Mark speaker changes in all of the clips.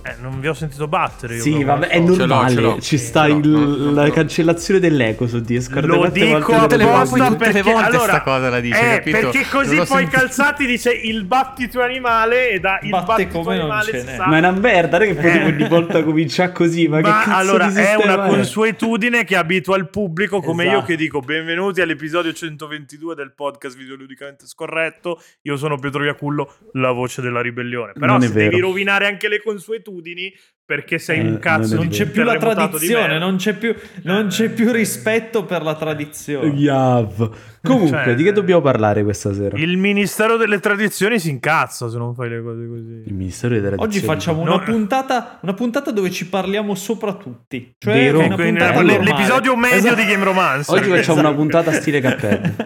Speaker 1: Eh, non vi ho sentito battere. Io
Speaker 2: Sì,
Speaker 1: proprio.
Speaker 2: vabbè, eh, è
Speaker 1: Non so.
Speaker 3: l'ho,
Speaker 2: normale.
Speaker 3: ce l'ho.
Speaker 2: Ci sta
Speaker 3: ce l'ho,
Speaker 2: il-
Speaker 3: no, no,
Speaker 2: la
Speaker 3: no.
Speaker 2: cancellazione dell'eco su Discord.
Speaker 1: Lo
Speaker 2: Quante
Speaker 1: dico
Speaker 2: volte
Speaker 3: tutte le volte,
Speaker 1: apposta
Speaker 3: tutte le
Speaker 1: perché
Speaker 3: volte
Speaker 1: allora,
Speaker 3: sta cosa la dici,
Speaker 1: eh,
Speaker 3: capito?
Speaker 1: perché così
Speaker 3: Non l'ho
Speaker 1: poi
Speaker 3: sentito.
Speaker 1: Calzati dice il battito animale e da il
Speaker 4: Batte
Speaker 1: battito
Speaker 4: come non
Speaker 1: animale
Speaker 4: ce
Speaker 1: si
Speaker 4: n'è.
Speaker 1: sa.
Speaker 2: Ma è una merda, non è che poi
Speaker 1: Eh.
Speaker 2: tipo ogni volta comincia così, ma, che
Speaker 1: Ma
Speaker 2: cazzo
Speaker 1: allora
Speaker 2: di
Speaker 1: è
Speaker 2: sistema
Speaker 1: una consuetudine che abitua il pubblico come io
Speaker 2: Esatto.
Speaker 1: che dico benvenuti all'episodio 122 del podcast videoludicamente scorretto. Io sono Pietro Iacullo, la voce della ribellione. Però
Speaker 2: Non è
Speaker 1: se devi
Speaker 2: vero.
Speaker 1: rovinare anche le consuetudini perché sei
Speaker 2: Eh,
Speaker 1: un
Speaker 2: non
Speaker 1: cazzo,
Speaker 2: è
Speaker 1: di
Speaker 2: vero.
Speaker 4: Non c'è più la
Speaker 1: terremotato di Eh.
Speaker 4: tradizione,
Speaker 1: merda.
Speaker 4: non c'è più, non c'è più rispetto per la tradizione.
Speaker 2: Yav. Comunque,
Speaker 1: Cioè-
Speaker 2: di che dobbiamo parlare questa sera?
Speaker 1: Il Ministero delle Tradizioni si incazza se non fai le cose così.
Speaker 2: Il Ministero delle Tradizioni.
Speaker 4: Oggi facciamo
Speaker 1: No.
Speaker 4: una, puntata, una puntata dove ci parliamo sopra tutti. Cioè
Speaker 2: Vero.
Speaker 4: una
Speaker 1: Quindi
Speaker 4: puntata
Speaker 1: l'e-
Speaker 4: normale.
Speaker 1: l'episodio medio
Speaker 4: Esatto.
Speaker 1: di Game Romance.
Speaker 2: Oggi facciamo
Speaker 4: Esatto.
Speaker 2: una puntata stile cappello.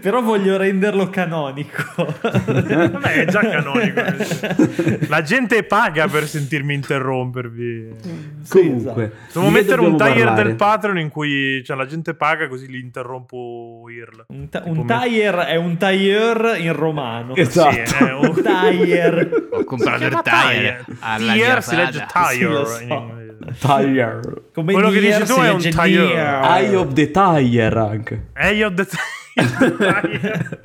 Speaker 4: Però voglio renderlo canonico.
Speaker 1: Vabbè, è già canonico. La gente paga per sentirmi interrompervi.
Speaker 2: Comunque,
Speaker 4: esatto.
Speaker 2: di
Speaker 1: Devo
Speaker 2: che
Speaker 1: mettere un
Speaker 2: dobbiamo
Speaker 1: tier
Speaker 2: parlare?
Speaker 1: del Patreon in cui cioè, la gente paga così li interrompo IRL.
Speaker 4: Un, ta-
Speaker 1: Tipo
Speaker 4: un
Speaker 1: me-
Speaker 4: tire è un tire in romano.
Speaker 2: Esatto.
Speaker 1: Sì, eh,
Speaker 4: Un tire.
Speaker 3: Ho comprato
Speaker 1: Si
Speaker 3: il
Speaker 1: chiama
Speaker 3: tire. alla
Speaker 1: Tier si legge
Speaker 3: Giafada.
Speaker 4: Sì, lo
Speaker 1: tire
Speaker 4: so.
Speaker 1: in inglese.
Speaker 2: Tire.
Speaker 4: Come
Speaker 1: Quello che
Speaker 4: dire,
Speaker 1: dici tu
Speaker 4: si
Speaker 1: è un
Speaker 4: legge
Speaker 1: tire.
Speaker 4: dire.
Speaker 2: Eye of the Tire anche.
Speaker 1: Eh, io ho detto tire.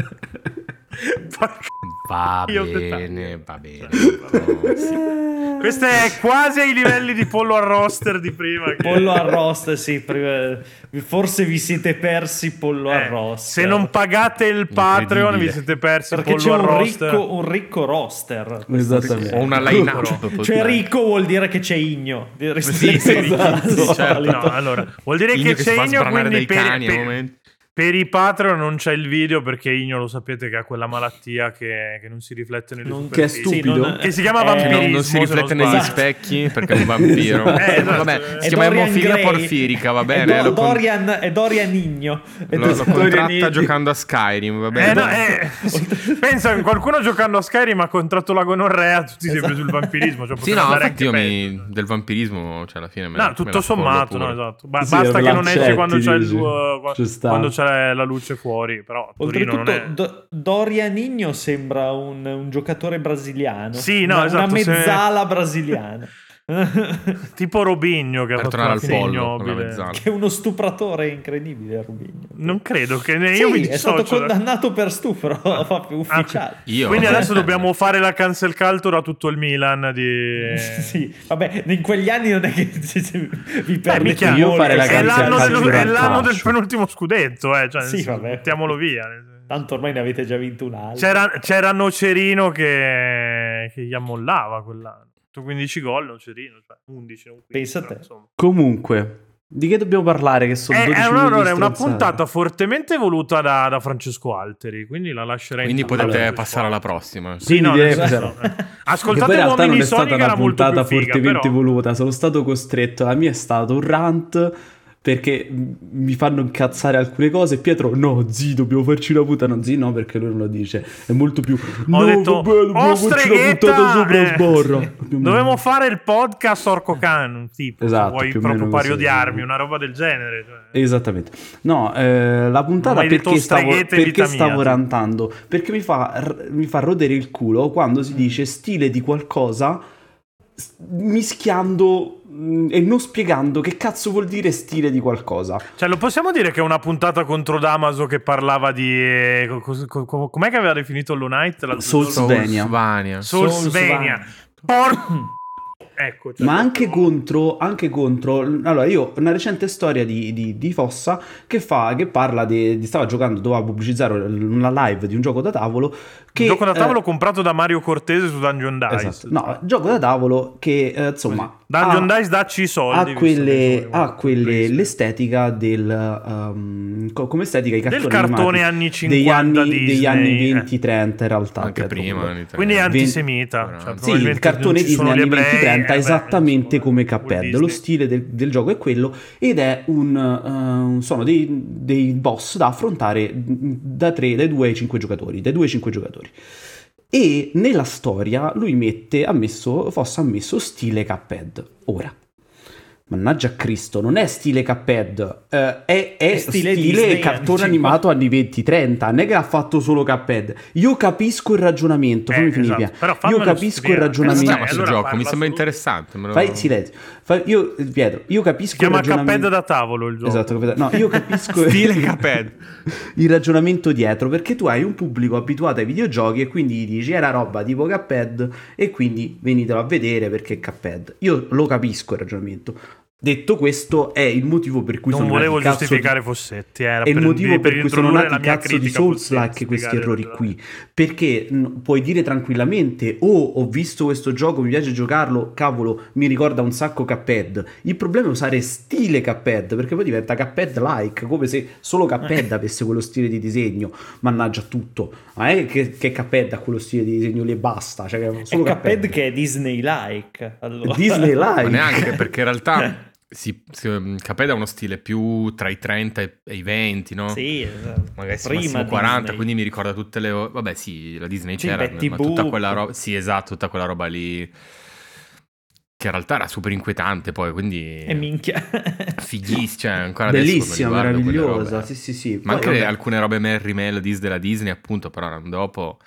Speaker 1: Porca-
Speaker 3: Va
Speaker 1: Io ho
Speaker 3: bene,
Speaker 1: dettagli.
Speaker 3: va bene.
Speaker 1: Cioè, Questo è quasi ai livelli di pollo al roster di prima. che-
Speaker 4: Pollo arrost, sì, prima- forse vi siete persi pollo
Speaker 1: Eh,
Speaker 4: arrost.
Speaker 1: Se non pagate il Patreon vi
Speaker 3: Incredibile.
Speaker 1: siete persi
Speaker 4: perché
Speaker 1: pollo
Speaker 4: c'è
Speaker 1: al
Speaker 4: un
Speaker 1: roster.
Speaker 4: ricco, un ricco roster.
Speaker 2: Esattamente.
Speaker 3: Ho una line up.
Speaker 4: Cioè ricco vuol dire che c'è igno.
Speaker 3: Sì, sì,
Speaker 2: esatto.
Speaker 3: certo.
Speaker 1: No,
Speaker 4: eh,
Speaker 1: allora, vuol dire
Speaker 3: Igno
Speaker 1: che c'è
Speaker 3: si fa
Speaker 1: Igno,
Speaker 3: sbranare
Speaker 1: quindi
Speaker 3: dai
Speaker 1: per,
Speaker 3: cani al
Speaker 1: per-
Speaker 3: momento.
Speaker 1: per i Patreon non c'è il video perché Igno lo sapete che ha quella malattia che, che non si riflette nelle
Speaker 4: Non-
Speaker 1: superfici.
Speaker 2: Che è stupido.
Speaker 1: Che si
Speaker 4: Eh,
Speaker 1: chiama
Speaker 3: Che non, non
Speaker 1: vampirismo,
Speaker 3: si
Speaker 1: se
Speaker 3: riflette
Speaker 1: non
Speaker 3: negli
Speaker 1: sbaglio.
Speaker 3: specchi perché è un vampiro.
Speaker 1: Eh, esatto.
Speaker 3: Vabbè, si
Speaker 1: È
Speaker 3: chiama emofilia porfirica, va bene.
Speaker 4: È,
Speaker 3: lo
Speaker 4: Do-
Speaker 3: con-
Speaker 4: Dorian, è Dorian Igno. È
Speaker 3: lo, lo
Speaker 4: Dorian
Speaker 3: contratta
Speaker 4: Igno.
Speaker 3: giocando a Skyrim, va bene.
Speaker 1: Eh, no, eh, pensa che qualcuno giocando a Skyrim ha contratto la gonorrea, tutti
Speaker 4: Esatto.
Speaker 1: sempre sul vampirismo. Cioè
Speaker 3: Sì,
Speaker 1: potrebbe
Speaker 3: no,
Speaker 1: andare
Speaker 3: infatti io
Speaker 1: anche
Speaker 3: mi, del vampirismo, cioè alla fine
Speaker 1: No,
Speaker 3: me la- me la
Speaker 1: tutto
Speaker 3: scordo
Speaker 1: sommato,
Speaker 3: pure.
Speaker 1: no, esatto. Ba-
Speaker 2: Sì,
Speaker 1: basta
Speaker 2: me
Speaker 1: che non esce
Speaker 2: l'accetti,
Speaker 1: quando c'è, il
Speaker 2: dici.
Speaker 1: tuo-
Speaker 2: Ci sta.
Speaker 1: quando c'è la luce fuori, però Torino non
Speaker 4: Oltretutto,
Speaker 1: è...
Speaker 4: Do- Dorian Igno sembra un, un giocatore brasiliano.
Speaker 1: Sì, no,
Speaker 4: una,
Speaker 1: esatto,
Speaker 4: una
Speaker 1: se-
Speaker 4: mezzala brasiliana.
Speaker 1: Tipo Robigno che ha
Speaker 3: Per
Speaker 1: fatto
Speaker 3: tornare
Speaker 1: una
Speaker 3: al
Speaker 1: fine
Speaker 3: pollo, con la
Speaker 1: ignobile.
Speaker 3: mezzana.
Speaker 4: che è uno stupratore incredibile, Rubigno.
Speaker 1: Non credo che ne- Eh, io
Speaker 4: Sì,
Speaker 1: mi
Speaker 4: è stato
Speaker 1: dissocio. da- Ah,
Speaker 4: condannato per stupro fa- ufficiale.
Speaker 3: Io.
Speaker 1: Quindi adesso dobbiamo fare la cancel culture a tutto il Milan di...
Speaker 4: Sì, vabbè, in quegli anni non è che vi
Speaker 1: Beh,
Speaker 4: perdete
Speaker 1: minchia,
Speaker 2: io
Speaker 4: molto.
Speaker 2: fare la
Speaker 1: è
Speaker 2: cancel
Speaker 1: l'anno, del,
Speaker 2: culture
Speaker 1: è
Speaker 2: al
Speaker 1: l'anno del
Speaker 2: fascio.
Speaker 1: penultimo scudetto, eh, cioè,
Speaker 4: Sì, vabbè.
Speaker 1: buttiamolo via.
Speaker 4: Tanto ormai ne avete già vinto un altro.
Speaker 1: C'era, c'era Nocerino che, che gli ammollava quell'anno. 15 gol, Nocerino, cioè 11, non 15,
Speaker 4: Pensa a
Speaker 1: però,
Speaker 4: te.
Speaker 1: insomma.
Speaker 2: Comunque, di che dobbiamo parlare? Che sono
Speaker 1: È,
Speaker 2: 12
Speaker 1: è una,
Speaker 2: minuti di
Speaker 1: Eh, allora, è una
Speaker 2: stronzate.
Speaker 1: puntata fortemente voluta da, da Francesco Alteri, quindi la lascerei
Speaker 3: Quindi
Speaker 1: in
Speaker 3: potete
Speaker 2: Allora,
Speaker 3: passare alla prossima.
Speaker 2: Sì,
Speaker 1: no,
Speaker 2: direi
Speaker 1: nel
Speaker 2: che
Speaker 1: senso- eh.
Speaker 2: sarà. Che poi
Speaker 1: Ascoltate
Speaker 2: in realtà non
Speaker 1: Uomini
Speaker 2: è
Speaker 1: Sony
Speaker 2: stata
Speaker 1: che era
Speaker 2: una
Speaker 1: molto
Speaker 2: puntata
Speaker 1: più figa,
Speaker 2: fortemente
Speaker 1: però.
Speaker 2: voluta, sono stato costretto, la mia è stata un rant perché m- mi fanno incazzare alcune cose. Pietro, no, zi, dobbiamo farci una puntata. No, zi, no, perché lui non lo dice. È molto più...
Speaker 1: Ho
Speaker 2: no,
Speaker 1: detto,
Speaker 2: vabbè, dobbiamo
Speaker 1: "Oh,
Speaker 2: farci una
Speaker 1: streghetta!"
Speaker 2: puntata sopra
Speaker 1: Eh,
Speaker 2: sborra.
Speaker 1: sì.
Speaker 2: Più o meno.
Speaker 1: Dovevo fare il podcast Orco Can, tipo, se
Speaker 2: Esatto,
Speaker 1: vuoi
Speaker 2: più o meno
Speaker 1: proprio
Speaker 2: così.
Speaker 1: parodiarmi, una roba del genere. cioè.
Speaker 2: Esattamente. No, eh, la puntata
Speaker 1: Non hai detto
Speaker 2: perché stavo,
Speaker 1: streghette in
Speaker 2: perché
Speaker 1: vita mia,
Speaker 2: stavo
Speaker 1: tu.
Speaker 2: rantando? Perché mi fa, r- mi fa rodere il culo quando
Speaker 1: Mm.
Speaker 2: si dice stile di qualcosa s- mischiando mh, e non spiegando che cazzo vuol dire stile di qualcosa.
Speaker 1: Cioè, lo possiamo dire che è una puntata contro Damaso che parlava di... eh, co- co- co- co- com'è che aveva definito Lunite? La...
Speaker 2: Soul- Svenia.
Speaker 3: Svania.
Speaker 1: Soul Svenia. Por- ecco. cioè,
Speaker 2: Ma anche
Speaker 1: proprio-
Speaker 2: contro, anche contro. Allora, io una recente storia di, di- di Fossa che fa che parla di, di- stava giocando, doveva pubblicizzare una live di un gioco da tavolo. Che,
Speaker 1: Un gioco da
Speaker 2: eh,
Speaker 1: tavolo comprato da Mario Cortese su Dungeon Dice.
Speaker 2: esatto. No, gioco da tavolo che eh, insomma.
Speaker 1: Dungeon
Speaker 2: ha-
Speaker 1: Dice dacci i soldi.
Speaker 2: ha,
Speaker 1: visto che
Speaker 2: quelle,
Speaker 1: sono
Speaker 2: ha quelle,
Speaker 1: preso.
Speaker 2: l'estetica del ehm, co- come estetica i
Speaker 1: Del
Speaker 2: cartoni
Speaker 1: cartone
Speaker 2: animati
Speaker 1: anni
Speaker 2: degli
Speaker 1: 50
Speaker 2: anni,
Speaker 1: Disney,
Speaker 2: degli
Speaker 1: eh.
Speaker 2: anni 20-30 in realtà
Speaker 3: Anche
Speaker 2: cioè,
Speaker 3: prima.
Speaker 2: comunque.
Speaker 3: in Italia.
Speaker 1: Quindi è
Speaker 2: Venti-
Speaker 1: antisemita.
Speaker 3: Sì,
Speaker 1: cioè,
Speaker 2: sì, il
Speaker 1: probabilmente
Speaker 2: cartone
Speaker 1: non ci sono
Speaker 2: Disney anni
Speaker 1: gli ebrei,
Speaker 2: 20-30
Speaker 1: eh,
Speaker 2: esattamente
Speaker 1: beh,
Speaker 2: come
Speaker 1: insomma,
Speaker 2: Cuphead
Speaker 1: Walt
Speaker 2: lo
Speaker 1: Disney.
Speaker 2: stile del, del gioco è quello ed è un eh, sono dei, dei boss da affrontare da 3 dai 2 ai 5 giocatori dai 2 ai 5 giocatori e nella storia lui mette ha messo Foss ha messo stile Cuphead ora Mannaggia Cristo, non è stile Cuphead, eh, è, è
Speaker 4: È
Speaker 2: stile,
Speaker 4: stile Disney
Speaker 2: cartone
Speaker 4: anticipo.
Speaker 2: animato anni 20-30, non è che ha fatto solo Cuphead. Io capisco il ragionamento, fammi
Speaker 1: Eh,
Speaker 2: finire.
Speaker 1: esatto.
Speaker 2: Pia.
Speaker 1: Però
Speaker 2: Io
Speaker 1: fammelo
Speaker 2: capisco il
Speaker 1: spiegare.
Speaker 3: Come si
Speaker 2: ragionamento.
Speaker 3: chiama
Speaker 1: Eh,
Speaker 3: questo
Speaker 1: allora
Speaker 3: gioco? Mi
Speaker 1: parla
Speaker 3: sembra
Speaker 1: su-
Speaker 3: interessante. me lo-
Speaker 2: Fai silenzio. Fa- io, Pietro, io capisco
Speaker 1: Si chiama
Speaker 2: il ragionamento.
Speaker 1: Cuphead da tavolo il gioco.
Speaker 2: Esatto, Cuphead- no, io capisco
Speaker 3: Stile Cuphead.
Speaker 2: il ragionamento dietro perché tu hai un pubblico abituato ai videogiochi e quindi gli dici era roba tipo Cuphead e quindi venitelo a vedere perché è Cuphead. Io lo capisco il ragionamento. Detto questo è il motivo per cui
Speaker 1: Non
Speaker 2: sono
Speaker 1: volevo
Speaker 2: nati cazzo di-
Speaker 1: giustificare Fossetti, era
Speaker 2: è il
Speaker 1: per-
Speaker 2: motivo per,
Speaker 1: per
Speaker 2: cui sono
Speaker 1: introdurre
Speaker 2: nati
Speaker 1: la mia
Speaker 2: cazzo di
Speaker 1: critica
Speaker 2: Souls
Speaker 1: Fossetti,
Speaker 2: like questi
Speaker 1: spiegare
Speaker 2: errori
Speaker 1: il
Speaker 2: qui perché mh, puoi dire tranquillamente oh ho visto questo gioco mi piace giocarlo cavolo mi ricorda un sacco Cuphead il problema è usare stile Cuphead perché poi diventa Cuphead like come se solo Cuphead avesse quello stile di disegno mannaggia tutto ma è che, che Cuphead ha quello stile di disegno lì e basta cioè,
Speaker 4: È
Speaker 2: solo
Speaker 4: Cuphead che è Disney-like. allora.
Speaker 2: Disney
Speaker 3: Ma
Speaker 2: like
Speaker 3: neanche perché in realtà si, si, um, Cuphead ha uno stile più tra i 30 e e i 20, no?
Speaker 4: Sì, esatto.
Speaker 3: Magari si
Speaker 4: Prima
Speaker 3: massimo 40,
Speaker 4: Disney.
Speaker 3: quindi mi ricorda tutte le... Vabbè sì, la Disney
Speaker 4: Sì,
Speaker 3: c'era,
Speaker 4: Betty
Speaker 3: ma tutta
Speaker 4: Boop.
Speaker 3: quella roba... Sì, esatto, tutta quella roba lì che in realtà era super inquietante poi, quindi...
Speaker 4: E Eh, minchia.
Speaker 3: Fighissima, cioè, ancora adesso me
Speaker 2: bellissima
Speaker 3: le guardo quelle
Speaker 2: meravigliosa
Speaker 3: robe. eh.
Speaker 2: sì sì sì
Speaker 3: Ma
Speaker 2: Poi,
Speaker 3: anche
Speaker 2: vabbè.
Speaker 3: alcune robe Merry Melodies della Disney, appunto, però erano dopo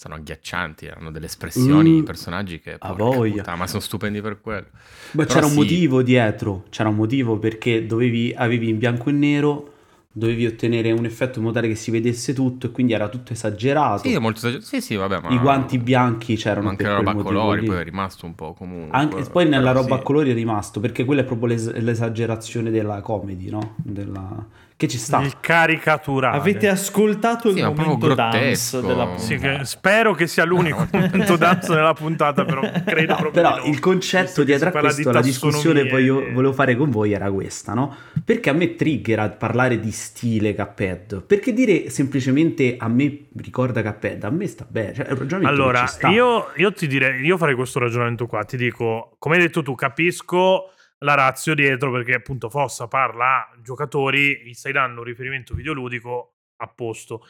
Speaker 3: sono agghiaccianti, hanno delle espressioni,
Speaker 2: Mm.
Speaker 3: i personaggi che...
Speaker 2: A
Speaker 3: porca
Speaker 2: voglia.
Speaker 3: puttana, ma sono stupendi per quello.
Speaker 2: Ma
Speaker 3: Però
Speaker 2: c'era un
Speaker 3: sì.
Speaker 2: motivo dietro, c'era un motivo perché dovevi, avevi in bianco e nero, dovevi ottenere un effetto in modo tale che si vedesse tutto e quindi era tutto esagerato.
Speaker 3: Sì, è molto esagerato. Sì, sì, vabbè, ma...
Speaker 2: I guanti bianchi c'erano
Speaker 3: Ma anche
Speaker 2: per
Speaker 3: la
Speaker 2: quel
Speaker 3: roba a
Speaker 2: motivo
Speaker 3: colori,
Speaker 2: lì.
Speaker 3: poi è rimasto un po' comunque.
Speaker 2: Anche, poi nella
Speaker 3: però
Speaker 2: roba
Speaker 3: sì.
Speaker 2: a colori è rimasto, perché quella è proprio l'es- l'esagerazione della comedy, no? Della- Che ci sta.
Speaker 1: Il caricaturale.
Speaker 4: Avete ascoltato il
Speaker 3: Sì, ma proprio
Speaker 4: momento dance
Speaker 3: grottesco.
Speaker 4: della
Speaker 1: Sì,
Speaker 4: puntata.
Speaker 1: che- spero che sia l'unico momento d'azzo nella puntata, però credo
Speaker 2: No,
Speaker 1: proprio di
Speaker 2: però
Speaker 1: no.
Speaker 2: il
Speaker 1: Visto
Speaker 2: concetto
Speaker 1: che si
Speaker 2: dietro a
Speaker 1: parla di
Speaker 2: questo, la discussione poi
Speaker 1: tassonomie
Speaker 2: io
Speaker 1: e-
Speaker 2: volevo fare con voi era questa, no? Perché a me triggera parlare di stile Cuphead? Perché dire semplicemente a me ricorda Cuphead, a me sta bene, cioè è un ragionamento che
Speaker 1: Allora,
Speaker 2: ci sta.
Speaker 1: io, io ti direi, io farei questo ragionamento qua, ti dico, come hai detto tu, capisco la razio dietro perché appunto Fossa parla a giocatori, gli stai dando un riferimento videoludico a posto.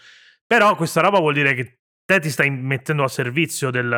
Speaker 1: Però questa roba vuol dire che te ti stai mettendo a servizio del...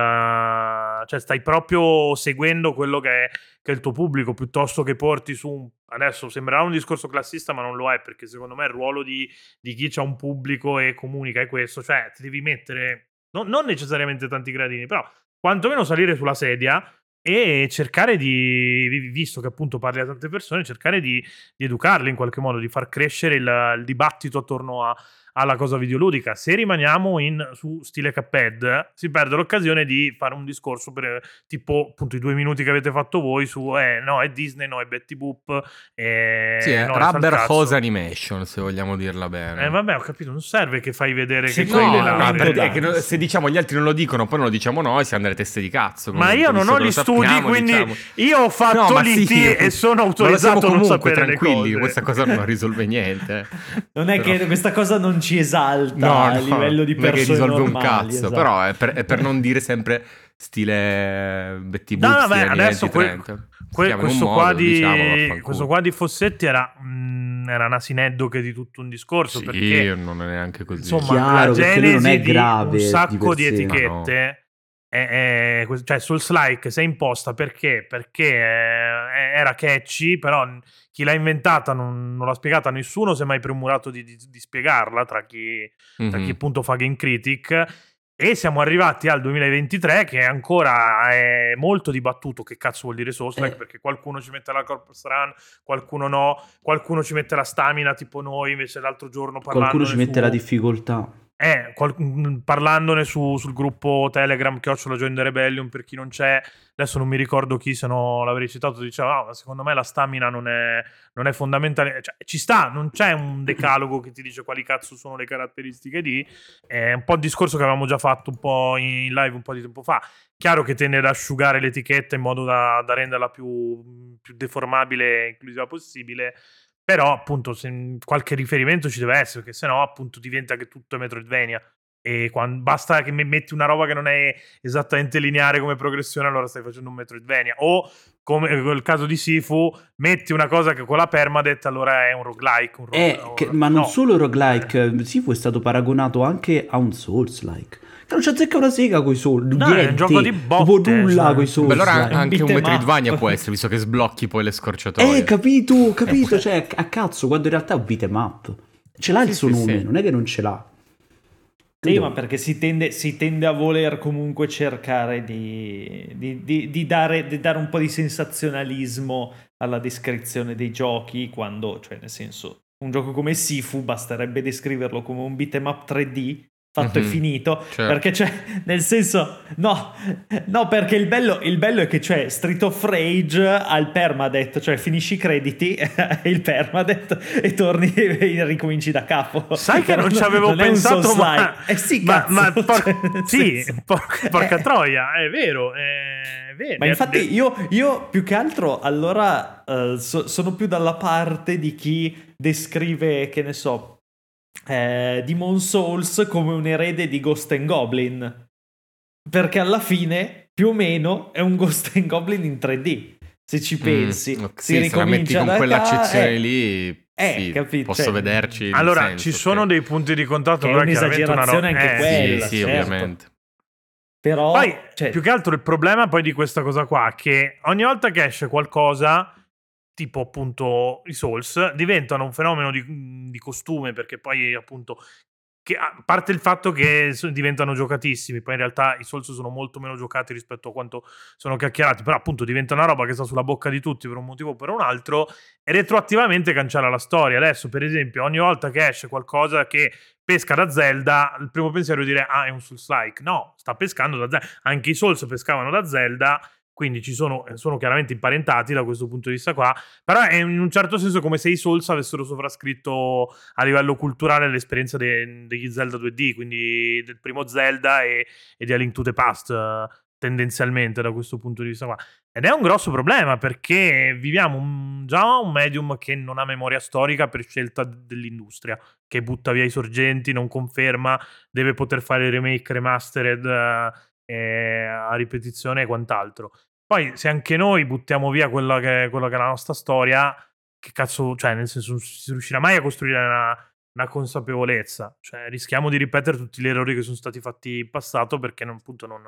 Speaker 1: cioè stai proprio seguendo quello che è, che è il tuo pubblico piuttosto che porti su un... Adesso sembrerà un discorso classista, ma non lo è perché secondo me il ruolo di di chi ha un pubblico e comunica è questo, cioè ti devi mettere no- non necessariamente tanti gradini, però quantomeno salire sulla sedia e cercare di, vi- visto che appunto parli a tante persone, cercare di, di educarle in qualche modo, di far crescere il, il dibattito attorno a- alla cosa videoludica. Se rimaniamo in, su stile Cuphead, si perde l'occasione di fare un discorso per tipo appunto i due minuti che avete fatto voi su eh, no è Disney, no è Betty Boop, eh,
Speaker 3: Sì, è
Speaker 1: no,
Speaker 3: Rubber
Speaker 1: Salcazzo.
Speaker 3: Hose Animation, se vogliamo dirla bene.
Speaker 1: Eh, vabbè, ho capito, non serve che fai vedere
Speaker 4: Sì,
Speaker 1: che
Speaker 4: no,
Speaker 1: quelli
Speaker 4: no,
Speaker 1: là-
Speaker 3: ma perché
Speaker 4: dai.
Speaker 3: che no- se diciamo gli altri non lo dicono, poi non lo diciamo noi, siamo delle teste di cazzo.
Speaker 1: Ma
Speaker 3: comunque,
Speaker 1: io non ho
Speaker 3: visto che
Speaker 1: gli
Speaker 3: lo
Speaker 1: studi,
Speaker 3: sappiamo,
Speaker 1: quindi
Speaker 3: diciamo.
Speaker 1: io ho fatto
Speaker 3: No, ma
Speaker 1: l'IT
Speaker 3: sì.
Speaker 1: e sono
Speaker 3: Ma lo siamo
Speaker 1: autorizzato a non
Speaker 3: comunque
Speaker 1: sapere
Speaker 3: tranquilli,
Speaker 1: le cose.
Speaker 3: questa cosa non risolve niente. eh.
Speaker 4: Non è
Speaker 3: Però-
Speaker 4: che questa cosa non ci esalta a livello di
Speaker 3: non è che
Speaker 4: persone
Speaker 3: risolve un
Speaker 4: normali,
Speaker 3: cazzo,
Speaker 4: esatto.
Speaker 3: però è per, è per non dire sempre stile eh, Betty
Speaker 1: No,
Speaker 3: Boop,
Speaker 1: vabbè,
Speaker 3: stile anni
Speaker 1: adesso
Speaker 3: 20,
Speaker 1: quel-
Speaker 3: 30.
Speaker 1: Que-
Speaker 3: eh. Si chiama in un
Speaker 1: questo, qua
Speaker 3: modo,
Speaker 1: di,
Speaker 3: diciamo, vaffanculo.
Speaker 1: questo qua di Fossetti era, mm, era un asineddo che di tutto un discorso,
Speaker 3: Sì,
Speaker 1: perché
Speaker 3: non è neanche così.
Speaker 1: insomma
Speaker 2: Chiaro,
Speaker 1: la
Speaker 2: perché lui
Speaker 1: genesi
Speaker 2: non è grave
Speaker 1: di
Speaker 2: di
Speaker 1: un sacco
Speaker 2: per
Speaker 1: di,
Speaker 2: sé.
Speaker 1: etichette, è- è- que- cioè sul Slike si è imposta perché, perché eh, era catchy, però chi l'ha inventata non, non l'ha spiegata a nessuno, si è mai premurato di- di- di spiegarla tra chi... da
Speaker 2: Mm-hmm.
Speaker 3: Mhm.
Speaker 1: chi appunto fa Game Critic. E siamo arrivati al 2023 che ancora è molto dibattuto che cazzo vuol dire Souls-like
Speaker 2: Eh.
Speaker 1: perché qualcuno ci mette la Corpus Run, qualcuno no, qualcuno ci mette la stamina tipo noi invece l'altro giorno parlando
Speaker 2: Qualcuno ci mette la difficoltà.
Speaker 1: eh, qual- mm, parlandone su- sul gruppo Telegram Chiocciola Join the Rebellion per chi non c'è, adesso non mi ricordo chi se no l'avrei citato, diceva "Ah, ma secondo me la stamina non è, non è fondamentale, Cioè, ci sta, non c'è un decalogo che ti dice quali cazzo sono le caratteristiche di, è un po' il discorso che avevamo già fatto un po' in live un po' di tempo fa, chiaro che tende ad asciugare l'etichetta in modo da, da renderla più, più deformabile e inclusiva possibile. Però, appunto, se- mm, qualche riferimento ci deve essere, perché sennò, appunto, diventa che tutto è Metroidvania. E quan- basta che me- metti una roba che non è esattamente lineare come progressione, allora stai facendo un Metroidvania. O, come nel caso di Sifu, metti una cosa che con la permadeath, allora è un roguelike. un ro-
Speaker 2: Eh, che- ma non eh,
Speaker 1: no.
Speaker 2: solo roguelike, Sifu è stato paragonato anche a un Souls-like. non ci azzecca una sega coi soldi.
Speaker 1: No, è un
Speaker 2: niente.
Speaker 1: gioco di botte,
Speaker 2: Proprio nulla
Speaker 1: cioè.
Speaker 2: coi soldi.
Speaker 3: Beh, allora
Speaker 2: eh.
Speaker 3: anche un
Speaker 4: beat 'em
Speaker 3: Metroidvania
Speaker 4: up.
Speaker 3: può essere, visto che sblocchi poi le scorciatoie.
Speaker 2: Eh, capito, capito, cioè, a cazzo, quando in realtà è un beat'em up. Ce l'ha il
Speaker 3: Sì,
Speaker 2: suo
Speaker 3: sì,
Speaker 2: nome,
Speaker 3: sì.
Speaker 2: non è che non ce l'ha.
Speaker 4: Sì,
Speaker 3: eh,
Speaker 2: Capito?
Speaker 4: ma perché si tende, si tende a voler comunque cercare di, di- di- di dare, di dare un po' di sensazionalismo alla descrizione dei giochi, quando, cioè nel senso, un gioco come Sifu basterebbe descriverlo come un beat'em up 3D, fatto e
Speaker 3: Mhm.
Speaker 4: finito,
Speaker 3: Certo.
Speaker 4: perché c'è, nel senso, no, no, perché il bello, il bello è che c'è Street of Rage al permadeath, cioè finisci i crediti, il permadeath e torni e ricominci da capo.
Speaker 1: Sai che
Speaker 4: Però
Speaker 1: non ci avevo
Speaker 4: non è un
Speaker 1: pensato
Speaker 4: Souls-like.
Speaker 1: ma...
Speaker 4: Eh sì,
Speaker 1: ma,
Speaker 4: cazzo.
Speaker 1: ma por-
Speaker 4: Cioè, nel
Speaker 1: sì,
Speaker 4: senso.
Speaker 1: por- porca
Speaker 4: Eh.
Speaker 1: troia, è vero, è vero.
Speaker 4: Ma infatti io, io più che altro allora eh, so- sono più dalla parte di chi descrive, che ne so, eh, Demon Souls come un erede di Ghost and Goblin. Perché alla fine, più o meno, è un Ghost and Goblin in 3D. Se ci
Speaker 3: Mm,
Speaker 4: pensi,
Speaker 3: ok, se
Speaker 4: si
Speaker 3: la metti
Speaker 4: ricomincia
Speaker 3: con
Speaker 4: da
Speaker 3: quell'accezione
Speaker 4: ca- eh,
Speaker 3: lì,
Speaker 4: eh,
Speaker 3: sì,
Speaker 4: capito,
Speaker 3: posso
Speaker 4: cioè-
Speaker 3: vederci. nel
Speaker 1: Allora,
Speaker 3: senso,
Speaker 1: ci sono
Speaker 3: ok.
Speaker 1: dei punti di contatto,
Speaker 4: Che è
Speaker 1: però chiaramente una roba...
Speaker 4: un'esagerazione anche
Speaker 1: eh,
Speaker 4: quella.
Speaker 3: Sì, sì,
Speaker 4: certo.
Speaker 3: ovviamente.
Speaker 4: Però,
Speaker 1: Poi,
Speaker 4: cioè,
Speaker 1: più che altro il problema poi di questa cosa qua è che ogni volta che esce qualcosa, tipo appunto i Souls, diventano un fenomeno di, di costume perché poi appunto, che, a parte il fatto che so- diventano giocatissimi, poi in realtà i Souls sono molto meno giocati rispetto a quanto sono chiacchierati, però appunto diventa una roba che sta sulla bocca di tutti per un motivo o per un altro e retroattivamente cancella la storia. Adesso per esempio ogni volta che esce qualcosa che pesca da Zelda, il primo pensiero è dire ah è un Souls-like. No, sta pescando da Zelda. Anche i Souls pescavano da Zelda, quindi ci sono, eh, sono chiaramente imparentati da questo punto di vista qua, però è in un certo senso come se i Souls avessero sovrascritto a livello culturale l'esperienza de- degli Zelda 2D, quindi del primo Zelda e, e di A Link to the Past eh, tendenzialmente da questo punto di vista qua. Ed è un grosso problema perché viviamo un- già un medium che non ha memoria storica per scelta dell'industria che butta via i sorgenti, non conferma, deve poter fare remake, remastered eh, eh, a ripetizione e quant'altro. Poi se anche noi buttiamo via quella che, quella che è la nostra storia, che cazzo, cioè nel senso non si riuscirà mai a costruire una, una consapevolezza, cioè rischiamo di ripetere tutti gli errori che sono stati fatti in passato perché non- appunto non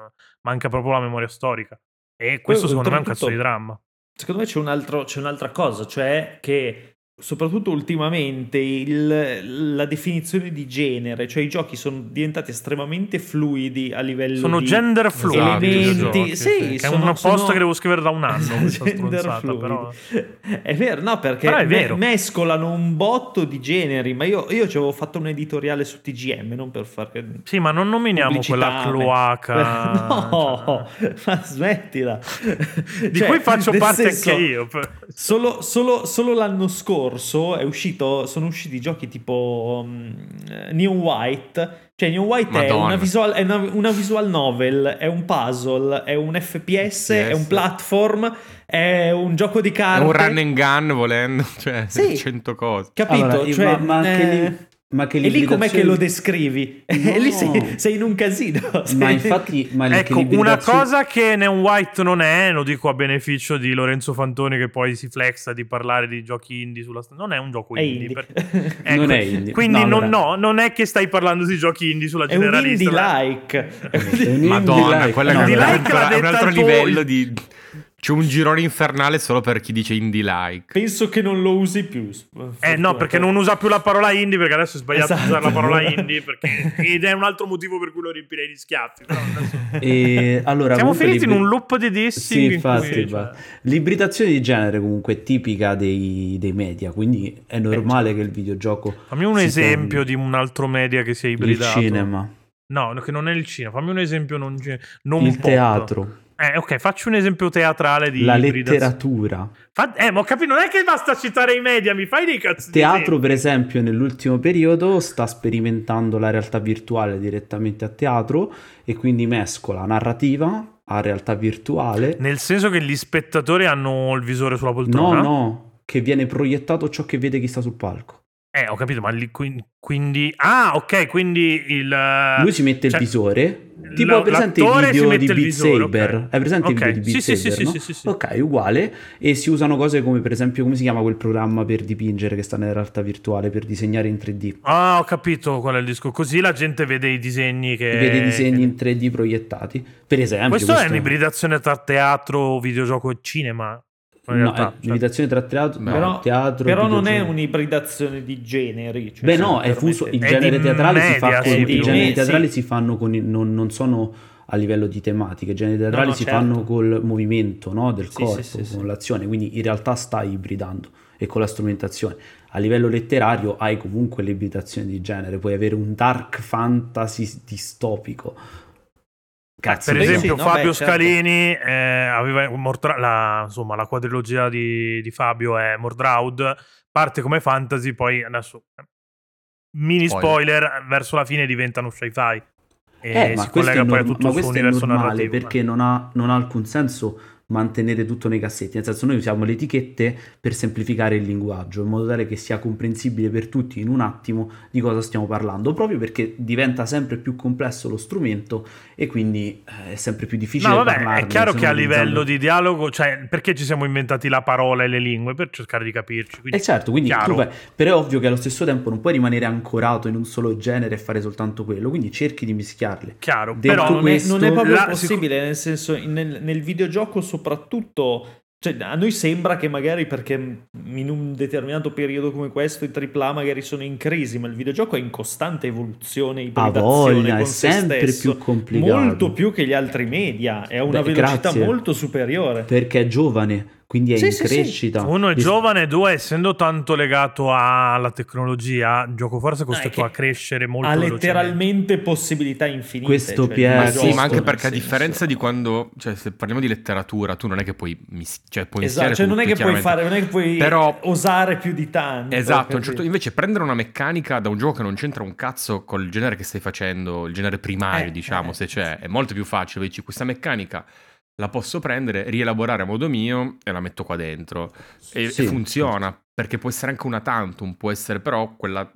Speaker 1: manca proprio la memoria storica. E questo secondo me è un cazzo di
Speaker 4: oltretutto-
Speaker 1: dramma.
Speaker 4: Secondo me c'è, un altro- c'è un'altra cosa, cioè che soprattutto ultimamente il- la definizione di genere, cioè i giochi sono diventati estremamente fluidi a livello
Speaker 1: Sono
Speaker 4: di
Speaker 1: gender fluid.
Speaker 3: Esatto,
Speaker 1: i
Speaker 4: elementi,
Speaker 1: giochi,
Speaker 4: sì,
Speaker 1: che è
Speaker 4: sono-
Speaker 1: una posta
Speaker 4: sono-
Speaker 1: che devo scrivere da un anno. questa
Speaker 4: Gender
Speaker 1: stronzata,
Speaker 4: fluid.
Speaker 1: però.
Speaker 4: È vero, no, perché
Speaker 1: Però è
Speaker 4: me-
Speaker 1: vero.
Speaker 4: mescolano un botto di generi, ma io, io ci avevo fatto un editoriale su TGM, non per fare...
Speaker 1: Sì, ma non nominiamo quella
Speaker 4: pubblicità,
Speaker 1: cloaca.
Speaker 4: No,
Speaker 1: cioè,
Speaker 4: Cioè, ma smettila.
Speaker 1: di cui faccio parte anche io.
Speaker 4: Solo, solo- solo l'anno scorso è uscito, sono usciti giochi tipo mm, Neon White. Cioè, Neon White è
Speaker 3: Madonna.
Speaker 4: una, visual, è una- una visual novel, è un puzzle, è un FPS, è un
Speaker 3: FPS.
Speaker 4: platform, è un gioco di
Speaker 3: È
Speaker 4: carte.
Speaker 3: un run and gun volendo, cioè
Speaker 4: Sì.
Speaker 3: 100 cose.
Speaker 4: Capito?
Speaker 2: Allora, io-
Speaker 4: Cioè,
Speaker 2: ma, ma
Speaker 4: eh,
Speaker 2: che li- ma che
Speaker 4: E lì com'è che
Speaker 2: limitazioni-
Speaker 4: lo descrivi? E lì sei, sei in un casino.
Speaker 2: Ma
Speaker 4: sei-
Speaker 2: infatti, ma che
Speaker 1: Ecco, una
Speaker 2: limitazioni-
Speaker 1: cosa che Neon White non è, lo dico a beneficio di Lorenzo Fantoni che poi si flexa di parlare di giochi indie sulla st- non è un gioco
Speaker 4: È
Speaker 1: indie.
Speaker 4: indie.
Speaker 1: per-
Speaker 4: È
Speaker 1: Ecco,
Speaker 2: Non è indie.
Speaker 1: Quindi
Speaker 2: No,
Speaker 1: non,
Speaker 2: allora-
Speaker 1: no, non è che stai parlando di giochi indie sulla
Speaker 4: un indie
Speaker 1: generalista. Eh, ma-
Speaker 4: like. È un indie-
Speaker 2: un indie
Speaker 3: Madonna,
Speaker 2: like.
Speaker 3: quella
Speaker 2: No,
Speaker 3: è
Speaker 1: Indie
Speaker 3: un
Speaker 1: like
Speaker 3: altro,
Speaker 1: l'ha
Speaker 3: è un
Speaker 1: detta
Speaker 3: altro
Speaker 1: voi.
Speaker 3: livello di... C'è un girone infernale solo per chi dice indie like.
Speaker 4: Penso che non lo usi più.
Speaker 1: Eh no, perché non usa più la parola indie, perché adesso è sbagliato
Speaker 4: Esatto.
Speaker 1: usare la parola indie, perché... ed è un altro motivo per cui lo riempirei di schiaffi. però adesso-
Speaker 2: E allora,
Speaker 1: Siamo
Speaker 2: comunque,
Speaker 1: finiti in
Speaker 2: libri-
Speaker 1: un loop di dissing.
Speaker 2: Sì,
Speaker 1: in
Speaker 2: infatti,
Speaker 1: cui- cioè.
Speaker 2: infatti. L'ibridazione di genere comunque è tipica dei, dei media, quindi è normale
Speaker 1: certo.
Speaker 2: che il videogioco...
Speaker 1: Fammi un
Speaker 2: si
Speaker 1: esempio
Speaker 2: torni-
Speaker 1: di un altro media che sia
Speaker 2: Il
Speaker 1: ibridato.
Speaker 2: cinema,
Speaker 1: No, no, che non è il cinema. Fammi un esempio non, ge- non
Speaker 2: il
Speaker 1: pop.
Speaker 2: teatro,
Speaker 1: Eh, ok, faccio un esempio teatrale di
Speaker 2: la
Speaker 1: ibridazione.
Speaker 2: letteratura.
Speaker 1: Fa- eh, ma ho capito, non è che basta citare i media, mi fai dei cazzi.
Speaker 2: Il
Speaker 1: di
Speaker 2: teatro,
Speaker 1: esempi.
Speaker 2: per esempio, nell'ultimo periodo sta sperimentando la realtà virtuale direttamente a teatro e quindi mescola narrativa a realtà virtuale.
Speaker 1: Nel senso che gli spettatori hanno il visore sulla poltrona.
Speaker 2: No, no, che viene proiettato ciò che vede chi sta sul palco.
Speaker 1: Eh, ho capito, ma lì quin- quindi... Ah, ok, quindi il...
Speaker 2: Lui si mette
Speaker 1: cioè-
Speaker 2: il visore Tipo
Speaker 1: la-
Speaker 2: hai presente
Speaker 1: l'attore
Speaker 2: il
Speaker 1: si
Speaker 2: video
Speaker 1: mette
Speaker 2: di
Speaker 1: il
Speaker 2: Beat
Speaker 1: visore, ok.
Speaker 2: Saber? Hai presente
Speaker 1: Ok,
Speaker 2: il video di Beat
Speaker 1: sì, sì,
Speaker 2: Saber,
Speaker 1: sì,
Speaker 2: no?
Speaker 1: sì, sì, sì.
Speaker 2: Ok, uguale. E si usano cose come per esempio, come si chiama quel programma per dipingere che sta nella realtà virtuale, per disegnare in 3D?
Speaker 1: Ah, ho capito qual è il disco. Così la gente vede i disegni che...
Speaker 2: Vede i disegni
Speaker 1: che-
Speaker 2: in 3D proiettati. Per esempio...
Speaker 1: Eh, Questo, è un'ibridazione tra teatro, videogioco e cinema. In
Speaker 2: No, eh,
Speaker 1: realtà,
Speaker 2: è
Speaker 1: cioè,
Speaker 2: un'imitazione tra teatro,
Speaker 3: Beh.
Speaker 4: Però,
Speaker 2: teatro e
Speaker 4: però non è
Speaker 2: videogioco.
Speaker 4: un'ibridazione di generi. cioè,
Speaker 2: Beh,
Speaker 4: se
Speaker 2: no,
Speaker 4: mi
Speaker 2: è fuso. Il
Speaker 4: permettete.
Speaker 1: È
Speaker 2: genere
Speaker 1: di
Speaker 2: teatrale si fa
Speaker 1: media,
Speaker 2: con,
Speaker 1: sì,
Speaker 2: i
Speaker 1: di-
Speaker 2: generi
Speaker 4: sì.
Speaker 2: teatrali si fanno con i- non, non sono a livello di tematiche, i generi teatrali
Speaker 4: no,
Speaker 2: si
Speaker 4: certo.
Speaker 2: fanno col movimento no, del
Speaker 4: Sì,
Speaker 2: corpo,
Speaker 4: sì, sì, sì.
Speaker 2: con l'azione, quindi in realtà stai ibridando e con la strumentazione. A livello letterario hai comunque l'ibridazione di genere, puoi avere un dark fantasy distopico. Cazzo,
Speaker 1: Per
Speaker 2: non so.
Speaker 1: esempio,
Speaker 4: sì, no,
Speaker 1: Fabio
Speaker 4: beh, certo.
Speaker 1: Scalini eh, aveva Mortra- la, insomma, la quadrilogia di, di Fabio è Mordraud. Parte come fantasy, poi adesso eh, mini spoiler,
Speaker 3: Spoiler.
Speaker 1: verso la fine diventano sci-fi. E
Speaker 2: Eh,
Speaker 1: si
Speaker 2: ma questo, è,
Speaker 1: collega poi a
Speaker 2: norm-
Speaker 1: tutto
Speaker 2: ma
Speaker 1: il suo
Speaker 2: questo è
Speaker 1: universo
Speaker 2: normale
Speaker 1: narrativo.
Speaker 2: perché non ha, non ha alcun senso mantenere tutto nei cassetti. Nel senso, noi usiamo le etichette per semplificare il linguaggio in modo tale che sia comprensibile per tutti in un attimo di cosa stiamo parlando, proprio perché diventa sempre più complesso lo strumento e quindi eh, è sempre più difficile
Speaker 1: No, vabbè,
Speaker 2: parlarne,
Speaker 1: è chiaro
Speaker 2: se
Speaker 1: che a
Speaker 2: non utilizzando-
Speaker 1: livello di dialogo, cioè, perché ci siamo inventati la parola e le lingue? Per cercare di capirci. Quindi,
Speaker 2: Eh certo, quindi tu
Speaker 1: chiaro.
Speaker 2: vai- però è ovvio che allo stesso tempo non puoi rimanere ancorato in un solo genere e fare soltanto quello, quindi cerchi di mischiarle.
Speaker 1: chiaro.
Speaker 2: detto
Speaker 1: Però,
Speaker 4: non, è, non è
Speaker 2: questo-
Speaker 4: proprio
Speaker 1: la-
Speaker 4: possibile, nel senso, in- nel, nel videogioco soprattutto. cioè, a noi sembra che magari perché mh, in un determinato periodo come questo i AAA magari sono in crisi, ma il videogioco è in costante evoluzione,
Speaker 2: Ha
Speaker 4: ibridazione
Speaker 2: voglia, è
Speaker 4: con se
Speaker 2: sempre
Speaker 4: stesso,
Speaker 2: più complicato.
Speaker 4: molto più che gli altri media, è una
Speaker 2: Beh,
Speaker 4: velocità
Speaker 2: grazie.
Speaker 4: molto superiore.
Speaker 2: perché è giovane, quindi è
Speaker 4: Sì,
Speaker 2: in
Speaker 4: sì, sì.
Speaker 2: crescita.
Speaker 1: Uno è
Speaker 2: Gli-
Speaker 1: giovane, due, essendo tanto legato alla tecnologia, il gioco forse è costretto
Speaker 4: che
Speaker 1: a crescere molto
Speaker 4: Ha
Speaker 1: velocemente.
Speaker 4: letteralmente possibilità infinite.
Speaker 2: Questo
Speaker 4: cioè, di
Speaker 2: Pier-
Speaker 3: Ma
Speaker 2: Eh,
Speaker 3: sì,
Speaker 4: gioco,
Speaker 3: ma anche
Speaker 4: nel
Speaker 3: perché a
Speaker 4: senso.
Speaker 3: differenza di quando, cioè se parliamo di letteratura, tu non è che puoi, mis- cioè, puoi
Speaker 4: Esatto,
Speaker 3: mischiare
Speaker 4: cioè non è
Speaker 3: tutto,
Speaker 4: che puoi
Speaker 3: chiaramente.
Speaker 4: fare, non è che puoi
Speaker 3: Però-
Speaker 4: osare più di tanto.
Speaker 3: Esatto,
Speaker 4: capito?
Speaker 3: un certo- invece prendere una meccanica da un gioco che non c'entra un cazzo col genere che stai facendo, il genere primario,
Speaker 4: Eh,
Speaker 3: diciamo,
Speaker 4: eh,
Speaker 3: se c'è, è molto più facile. Dici, questa meccanica la posso prendere, rielaborare a modo mio e la metto qua dentro. E,
Speaker 2: Sì.
Speaker 3: e funziona, perché può essere anche una tantum, può essere però quella-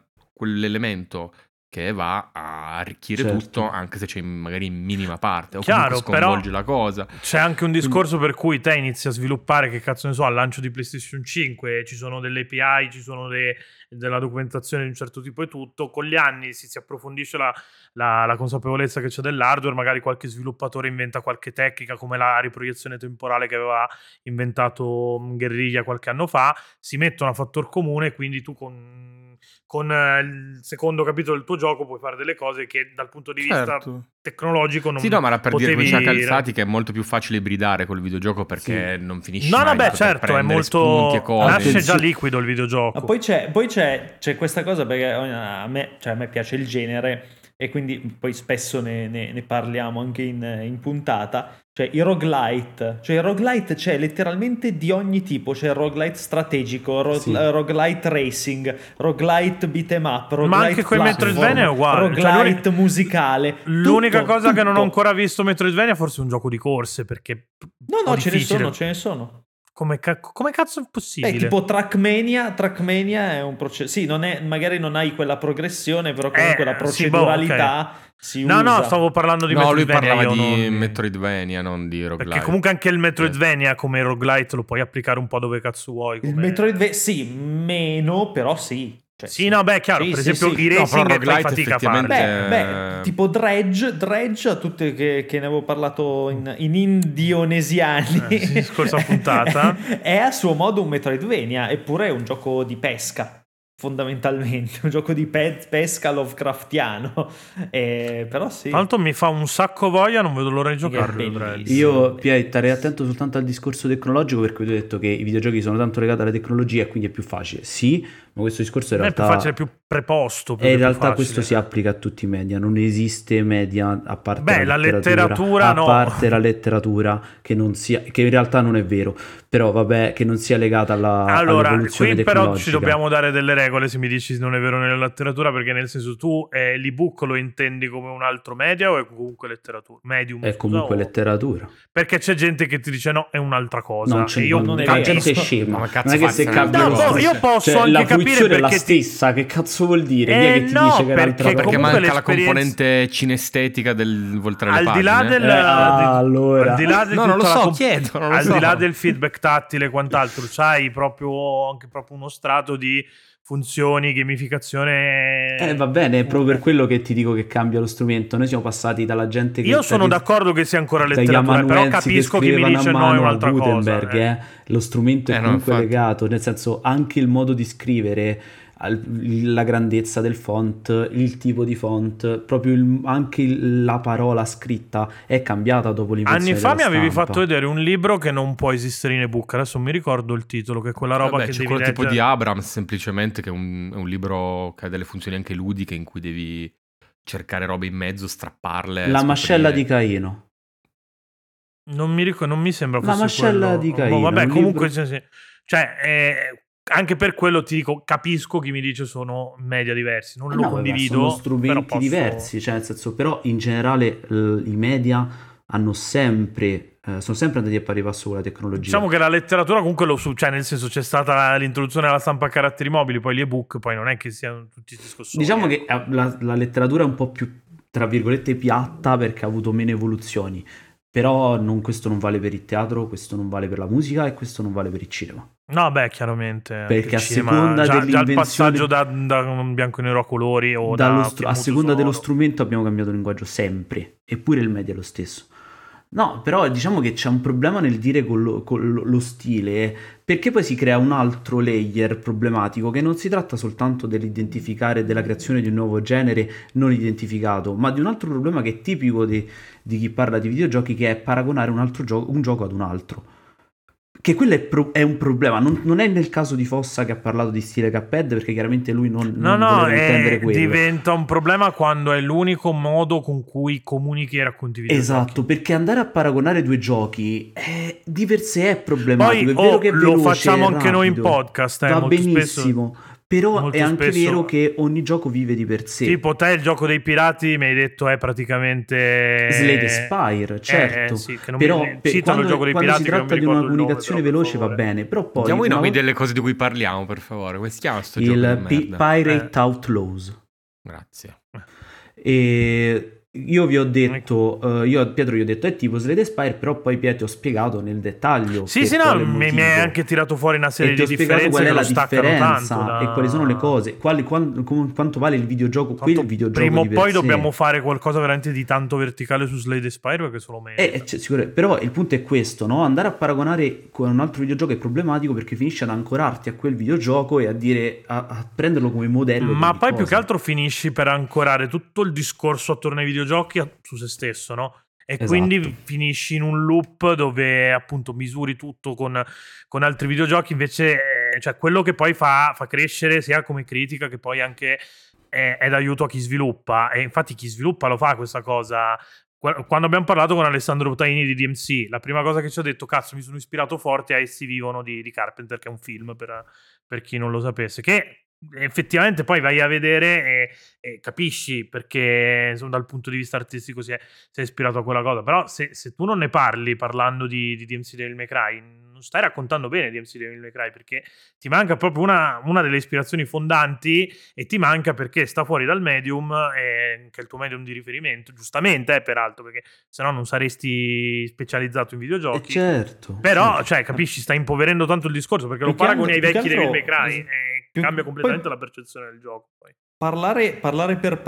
Speaker 3: quell'elemento che va a arricchire
Speaker 2: Certo.
Speaker 3: tutto, anche se c'è in- magari in minima parte, o
Speaker 1: Chiaro,
Speaker 3: comunque sconvolge
Speaker 1: però-
Speaker 3: la cosa.
Speaker 1: C'è anche un discorso per cui te inizi a sviluppare, che cazzo ne so, al lancio di PlayStation 5, ci sono delle API, ci sono de- della documentazione di un certo tipo e tutto, con gli anni si, si approfondisce la, la- la consapevolezza che c'è dell'hardware, magari qualche sviluppatore inventa qualche tecnica come la riproiezione temporale che aveva inventato mh, Guerriglia qualche anno fa, si mettono a fattor comune, quindi tu con, con, eh, il secondo capitolo del tuo gioco puoi fare delle cose che dal punto di
Speaker 3: Certo.
Speaker 1: vista tecnologico non
Speaker 3: Sì, no, ma era per dire come
Speaker 1: potevi-
Speaker 3: diceva Calzati che è molto più facile bridare col videogioco perché non finisce
Speaker 1: No,
Speaker 3: mai
Speaker 1: no,
Speaker 3: di
Speaker 1: beh,
Speaker 3: poter
Speaker 1: certo, è
Speaker 3: prendere
Speaker 1: molto.
Speaker 3: spunti e cose.
Speaker 1: Nasce già
Speaker 2: Attenzione.
Speaker 1: liquido il videogioco.
Speaker 4: Ma poi c'è, poi c'è- c'è questa cosa perché a me, cioè, a me piace il genere e quindi poi spesso ne, ne- ne parliamo anche in, in puntata. Cioè i roguelite, cioè il roguelite c'è letteralmente di ogni tipo, c'è il roguelite strategico, ro-
Speaker 2: Sì.
Speaker 4: roguelite racing, roguelite beat em up, roguelite
Speaker 1: anche quel
Speaker 4: platform,
Speaker 1: Metroidvania è uguale. Cioè,
Speaker 4: roguelite musicale.
Speaker 1: L'unica
Speaker 4: tutto,
Speaker 1: cosa che non ho
Speaker 4: tutto.
Speaker 1: ancora visto Metroidvania è forse un gioco di corse perché.
Speaker 4: No, no, ce ne
Speaker 1: Oh, difficile.
Speaker 4: sono, ce ne sono.
Speaker 1: Come, ca- come cazzo è possibile?
Speaker 4: Beh, tipo Trackmania, Trackmania è un processo. Sì, non è- magari non hai quella progressione, però comunque
Speaker 1: Eh,
Speaker 4: la
Speaker 1: sì, boh, ok.
Speaker 4: proceduralità si
Speaker 1: no,
Speaker 4: usa.
Speaker 1: no, stavo parlando di
Speaker 3: No, lui
Speaker 1: Metroidvania. io
Speaker 3: parlava di
Speaker 1: non-
Speaker 3: Metroidvania, non di roguelike.
Speaker 1: Perché comunque anche il
Speaker 3: Eh.
Speaker 1: Metroidvania come roguelite lo puoi applicare un po' dove cazzo vuoi.
Speaker 4: Il
Speaker 1: come-
Speaker 4: Metroidvania, sì, meno, però sì. Cioè,
Speaker 1: Sì, no, beh, è chiaro.
Speaker 4: Sì,
Speaker 1: per
Speaker 4: sì,
Speaker 1: esempio,
Speaker 4: sì.
Speaker 1: i
Speaker 3: No, però
Speaker 1: racing e fai
Speaker 3: roguelite
Speaker 1: fatica a
Speaker 3: effettivamente-
Speaker 1: farli.
Speaker 4: Beh,
Speaker 3: Eh.
Speaker 4: beh, tipo Dredge, Dredge a tutte che, che ne avevo parlato in, in indionesiani.
Speaker 1: Eh, sì, scorsa puntata.
Speaker 4: è a suo modo un Metroidvania, eppure è un gioco di pesca, fondamentalmente. Un gioco di pe- pesca Lovecraftiano. Eh, però sì.
Speaker 1: Tanto mi fa un sacco voglia, non vedo l'ora di
Speaker 4: Che
Speaker 1: giocarlo. cioè,
Speaker 4: bellissimo.
Speaker 1: Dredd.
Speaker 2: Io Pia, starei attento soltanto al discorso tecnologico perché vi ho detto che i videogiochi sono tanto legati alla tecnologia e quindi è più facile. Sì, ma questo discorso in
Speaker 1: Non è più
Speaker 2: realtà
Speaker 1: facile, è più preposto. più
Speaker 2: e
Speaker 1: che
Speaker 2: in
Speaker 1: più
Speaker 2: realtà
Speaker 1: facile.
Speaker 2: questo si applica a tutti i media, non esiste media a parte
Speaker 1: Beh, la letteratura
Speaker 2: a
Speaker 1: no.
Speaker 2: parte la letteratura che non sia che in realtà non è vero, però vabbè, che non sia legata alla
Speaker 1: Allora,
Speaker 2: all'evoluzione
Speaker 1: qui però ci
Speaker 2: tecnologica.
Speaker 1: dobbiamo dare delle regole se mi dici non è vero nella letteratura, perché nel senso tu eh, l'ebook lo intendi come un altro media o è comunque letteratura? Medium.
Speaker 2: è comunque
Speaker 1: scusa, o-
Speaker 2: letteratura.
Speaker 1: Perché c'è gente che ti dice no, è un'altra cosa.
Speaker 2: Non c'è
Speaker 1: e io
Speaker 2: non
Speaker 4: è
Speaker 2: la
Speaker 1: capisco.
Speaker 2: gente è
Speaker 4: vero.
Speaker 2: scema.
Speaker 3: Ma
Speaker 2: Non
Speaker 3: cazzo
Speaker 2: è che
Speaker 3: fa
Speaker 2: se
Speaker 3: se ne
Speaker 2: cambia
Speaker 1: No,
Speaker 2: lo
Speaker 1: boh,
Speaker 2: stesso.
Speaker 1: io posso
Speaker 2: Cioè,
Speaker 1: anche
Speaker 2: la
Speaker 1: capire
Speaker 2: fruizione è la
Speaker 1: perché ti-
Speaker 2: stessa, che cazzo cazzo vuol dire? Chi è
Speaker 1: Eh,
Speaker 2: che ti
Speaker 1: no,
Speaker 2: dice che era
Speaker 1: perché
Speaker 2: altra
Speaker 3: Perché
Speaker 1: comunque
Speaker 2: cosa?
Speaker 3: manca la
Speaker 1: l'esperienza-
Speaker 3: componente cinestetica del voltare
Speaker 1: al
Speaker 3: le
Speaker 1: di
Speaker 3: pagine. Eh,
Speaker 1: là del
Speaker 2: Eh, ah, allora.
Speaker 1: al di là di
Speaker 3: No, non lo
Speaker 1: tutta la
Speaker 3: so,
Speaker 1: comp-
Speaker 3: chiedo, non lo
Speaker 1: al
Speaker 3: so.
Speaker 1: di là del feedback tattile e quant'altro c'hai proprio anche proprio uno strato di funzioni gamificazione
Speaker 2: Eh, va bene, è proprio per quello che ti dico che cambia lo strumento. Noi siamo passati dalla gente che
Speaker 1: io sono
Speaker 2: che-
Speaker 1: d'accordo che sia ancora
Speaker 2: dagli
Speaker 1: letteratura però
Speaker 2: amanuensi
Speaker 1: capisco chi mi
Speaker 2: scrivevano a
Speaker 1: dice no è
Speaker 2: mano a
Speaker 1: un'altra cosa
Speaker 2: Gutenberg,
Speaker 1: eh.
Speaker 2: eh. Lo strumento è
Speaker 3: Eh, no,
Speaker 2: comunque
Speaker 3: infatti.
Speaker 2: legato, nel senso anche il modo di scrivere, al- la grandezza del font, il tipo di font, proprio il- anche il- la parola scritta è cambiata dopo l'invenzione
Speaker 1: Anni fa mi
Speaker 2: della
Speaker 1: avevi
Speaker 2: stampa.
Speaker 1: fatto vedere un libro che non può esistere in ebook, adesso non mi ricordo il titolo, che è quella roba
Speaker 3: Vabbè,
Speaker 1: che
Speaker 3: c'è
Speaker 1: devi
Speaker 3: quello tipo
Speaker 1: leggere.
Speaker 3: di Abrams semplicemente che è un, è un libro che ha delle funzioni anche ludiche in cui devi cercare robe in mezzo,
Speaker 2: La
Speaker 3: strapparle. scoprire.
Speaker 2: mascella di Caino.
Speaker 1: Non mi, ricordo, non mi sembra
Speaker 2: La
Speaker 1: fosse
Speaker 2: mascella
Speaker 1: quello.
Speaker 2: di
Speaker 1: Boh,
Speaker 2: Caino,
Speaker 1: vabbè,
Speaker 2: un
Speaker 1: comunque
Speaker 2: libro-
Speaker 1: sì, sì. Cioè, eh, anche per quello ti dico, capisco chi mi dice sono media diversi, non
Speaker 2: Ah,
Speaker 1: lo
Speaker 2: no, vabbè,
Speaker 1: condivido,
Speaker 2: sono
Speaker 1: però
Speaker 2: strumenti
Speaker 1: posso-
Speaker 2: diversi, cioè nel senso, però in generale l- i media hanno sempre, eh, sono sempre andati a pari passo con la tecnologia.
Speaker 1: Diciamo che la letteratura comunque lo su, cioè nel senso c'è stata l'introduzione alla stampa a caratteri mobili, poi gli ebook, poi non è che siano tutti discussioni.
Speaker 2: Diciamo che eh, la, la letteratura è un po' più, tra virgolette, piatta perché ha avuto meno evoluzioni, però non- questo non vale per il teatro, questo non vale per la musica e questo non vale per il cinema.
Speaker 1: No, beh, chiaramente. anche
Speaker 2: Perché
Speaker 1: il
Speaker 2: a
Speaker 1: cinema-
Speaker 2: seconda
Speaker 1: già, già il
Speaker 2: dell'invenzione-
Speaker 1: passaggio da, da un bianco e nero a colori o da
Speaker 2: Dallo str- a
Speaker 1: muto
Speaker 2: seconda dello
Speaker 1: sonoro.
Speaker 2: strumento abbiamo cambiato linguaggio sempre, eppure il media è lo stesso. No, però diciamo che c'è un problema nel dire con lo, con lo- lo stile, perché poi si crea un altro layer problematico che non si tratta soltanto dell'identificare, della creazione di un nuovo genere non identificato, ma di un altro problema che è tipico di, di chi parla di videogiochi, che è paragonare un, altro gioco, un gioco ad un altro. Che quello è, pro- è un problema, non, non è nel caso di Fossa che ha parlato di stile Cuphead, perché chiaramente lui non,
Speaker 1: No,
Speaker 2: non
Speaker 1: no,
Speaker 2: voleva intendere
Speaker 1: eh,
Speaker 2: quello.
Speaker 1: diventa un problema quando è l'unico modo con cui comunichi e racconti video.
Speaker 2: Esatto, perché andare a paragonare due giochi eh, di per sé è problematico.
Speaker 1: Poi
Speaker 2: è vero
Speaker 1: oh,
Speaker 2: che è
Speaker 1: lo
Speaker 2: veloce,
Speaker 1: facciamo
Speaker 2: è
Speaker 1: anche noi in
Speaker 2: rapido,
Speaker 1: podcast, eh,
Speaker 2: va
Speaker 1: molto spesso-
Speaker 2: benissimo. però
Speaker 1: molto
Speaker 2: è anche
Speaker 1: spesso-
Speaker 2: vero che ogni gioco vive di per sé.
Speaker 1: Tipo te il gioco dei pirati mi hai detto è praticamente
Speaker 2: Slade Spire, certo.
Speaker 1: Eh, sì, che non
Speaker 2: però
Speaker 1: mi...
Speaker 2: per-
Speaker 1: citalo
Speaker 2: quando,
Speaker 1: il gioco dei
Speaker 2: quando
Speaker 1: pirati
Speaker 2: si
Speaker 1: che non
Speaker 2: tratta
Speaker 1: mi
Speaker 2: di una
Speaker 1: ricordo il nome,
Speaker 2: comunicazione
Speaker 1: però, per
Speaker 2: veloce va
Speaker 1: favore.
Speaker 2: bene, però poi
Speaker 3: Diamo i
Speaker 2: una
Speaker 3: nomi
Speaker 2: volta-
Speaker 3: delle cose di cui parliamo, per favore. Come si chiama sto gioco
Speaker 2: il
Speaker 3: di
Speaker 2: P-
Speaker 3: merda?
Speaker 2: Pirate
Speaker 1: Eh.
Speaker 2: Outlaws.
Speaker 3: Grazie.
Speaker 2: E io vi ho detto,
Speaker 1: Ecco.
Speaker 2: eh, io a Pietro gli ho detto è tipo Slade Spire, però poi Pietro ho spiegato nel dettaglio.
Speaker 1: Sì,
Speaker 2: per
Speaker 1: sì, no,
Speaker 2: quale
Speaker 1: mi, mi hai
Speaker 2: motivo.
Speaker 1: anche tirato fuori una serie
Speaker 2: e ti ho
Speaker 1: di
Speaker 2: spiegato
Speaker 1: differenze
Speaker 2: qual è
Speaker 1: che
Speaker 2: la
Speaker 1: lo staccano
Speaker 2: differenza
Speaker 1: tanto da-
Speaker 2: e quali sono le cose, quali- quan- com- quanto vale il videogioco, quel
Speaker 1: Tanto
Speaker 2: videogioco
Speaker 1: Esatto. prima o
Speaker 2: di per
Speaker 1: poi
Speaker 2: sé.
Speaker 1: dobbiamo fare qualcosa veramente di tanto verticale su Slade e Spyro perché solo me.
Speaker 2: Eh, cioè, sicuro- però il punto è questo, no? andare a paragonare con un altro videogioco è problematico perché finisce ad ancorarti a quel videogioco e a dire a, a prenderlo come modello. di
Speaker 1: Ma
Speaker 2: ogni
Speaker 1: poi più
Speaker 2: cosa.
Speaker 1: che altro finisci per ancorare tutto il discorso attorno ai videogiochi a- su se stesso, no? E
Speaker 2: Esatto.
Speaker 1: quindi finisci in un loop dove appunto misuri tutto con, con altri videogiochi, invece eh, cioè, quello che poi fa, fa crescere sia come critica che poi anche è, è d'aiuto a chi sviluppa. E infatti chi sviluppa lo fa questa cosa. Qua- Quando abbiamo parlato con Alessandro Taini di DMC, la prima cosa che ci ha detto, cazzo, mi sono ispirato forte a Essi Vivono di, di Carpenter, che è un film per, per chi non lo sapesse, che effettivamente poi vai a vedere e, e capisci perché insomma, dal punto di vista artistico si è, si è ispirato a quella cosa, però se, se tu non ne parli parlando di, di DMC Devil May Cry, non stai raccontando bene DMC Devil May Cry perché ti manca proprio una, una delle ispirazioni fondanti e ti manca perché sta fuori dal medium, eh, che è il tuo medium di riferimento, giustamente eh, peraltro, perché se no non saresti specializzato in
Speaker 2: Eh,
Speaker 1: videogiochi.
Speaker 2: certo.
Speaker 1: Però,
Speaker 2: certo.
Speaker 1: cioè, capisci, sta impoverendo tanto il discorso perché lo
Speaker 4: Più che
Speaker 1: paragoni ai
Speaker 4: altro-
Speaker 1: vecchi
Speaker 4: più che
Speaker 1: Devil
Speaker 4: altro-
Speaker 1: May Cry e
Speaker 4: più-
Speaker 1: eh, cambia
Speaker 4: poi-
Speaker 1: completamente la percezione del gioco. Poi.
Speaker 4: Parlare, parlare per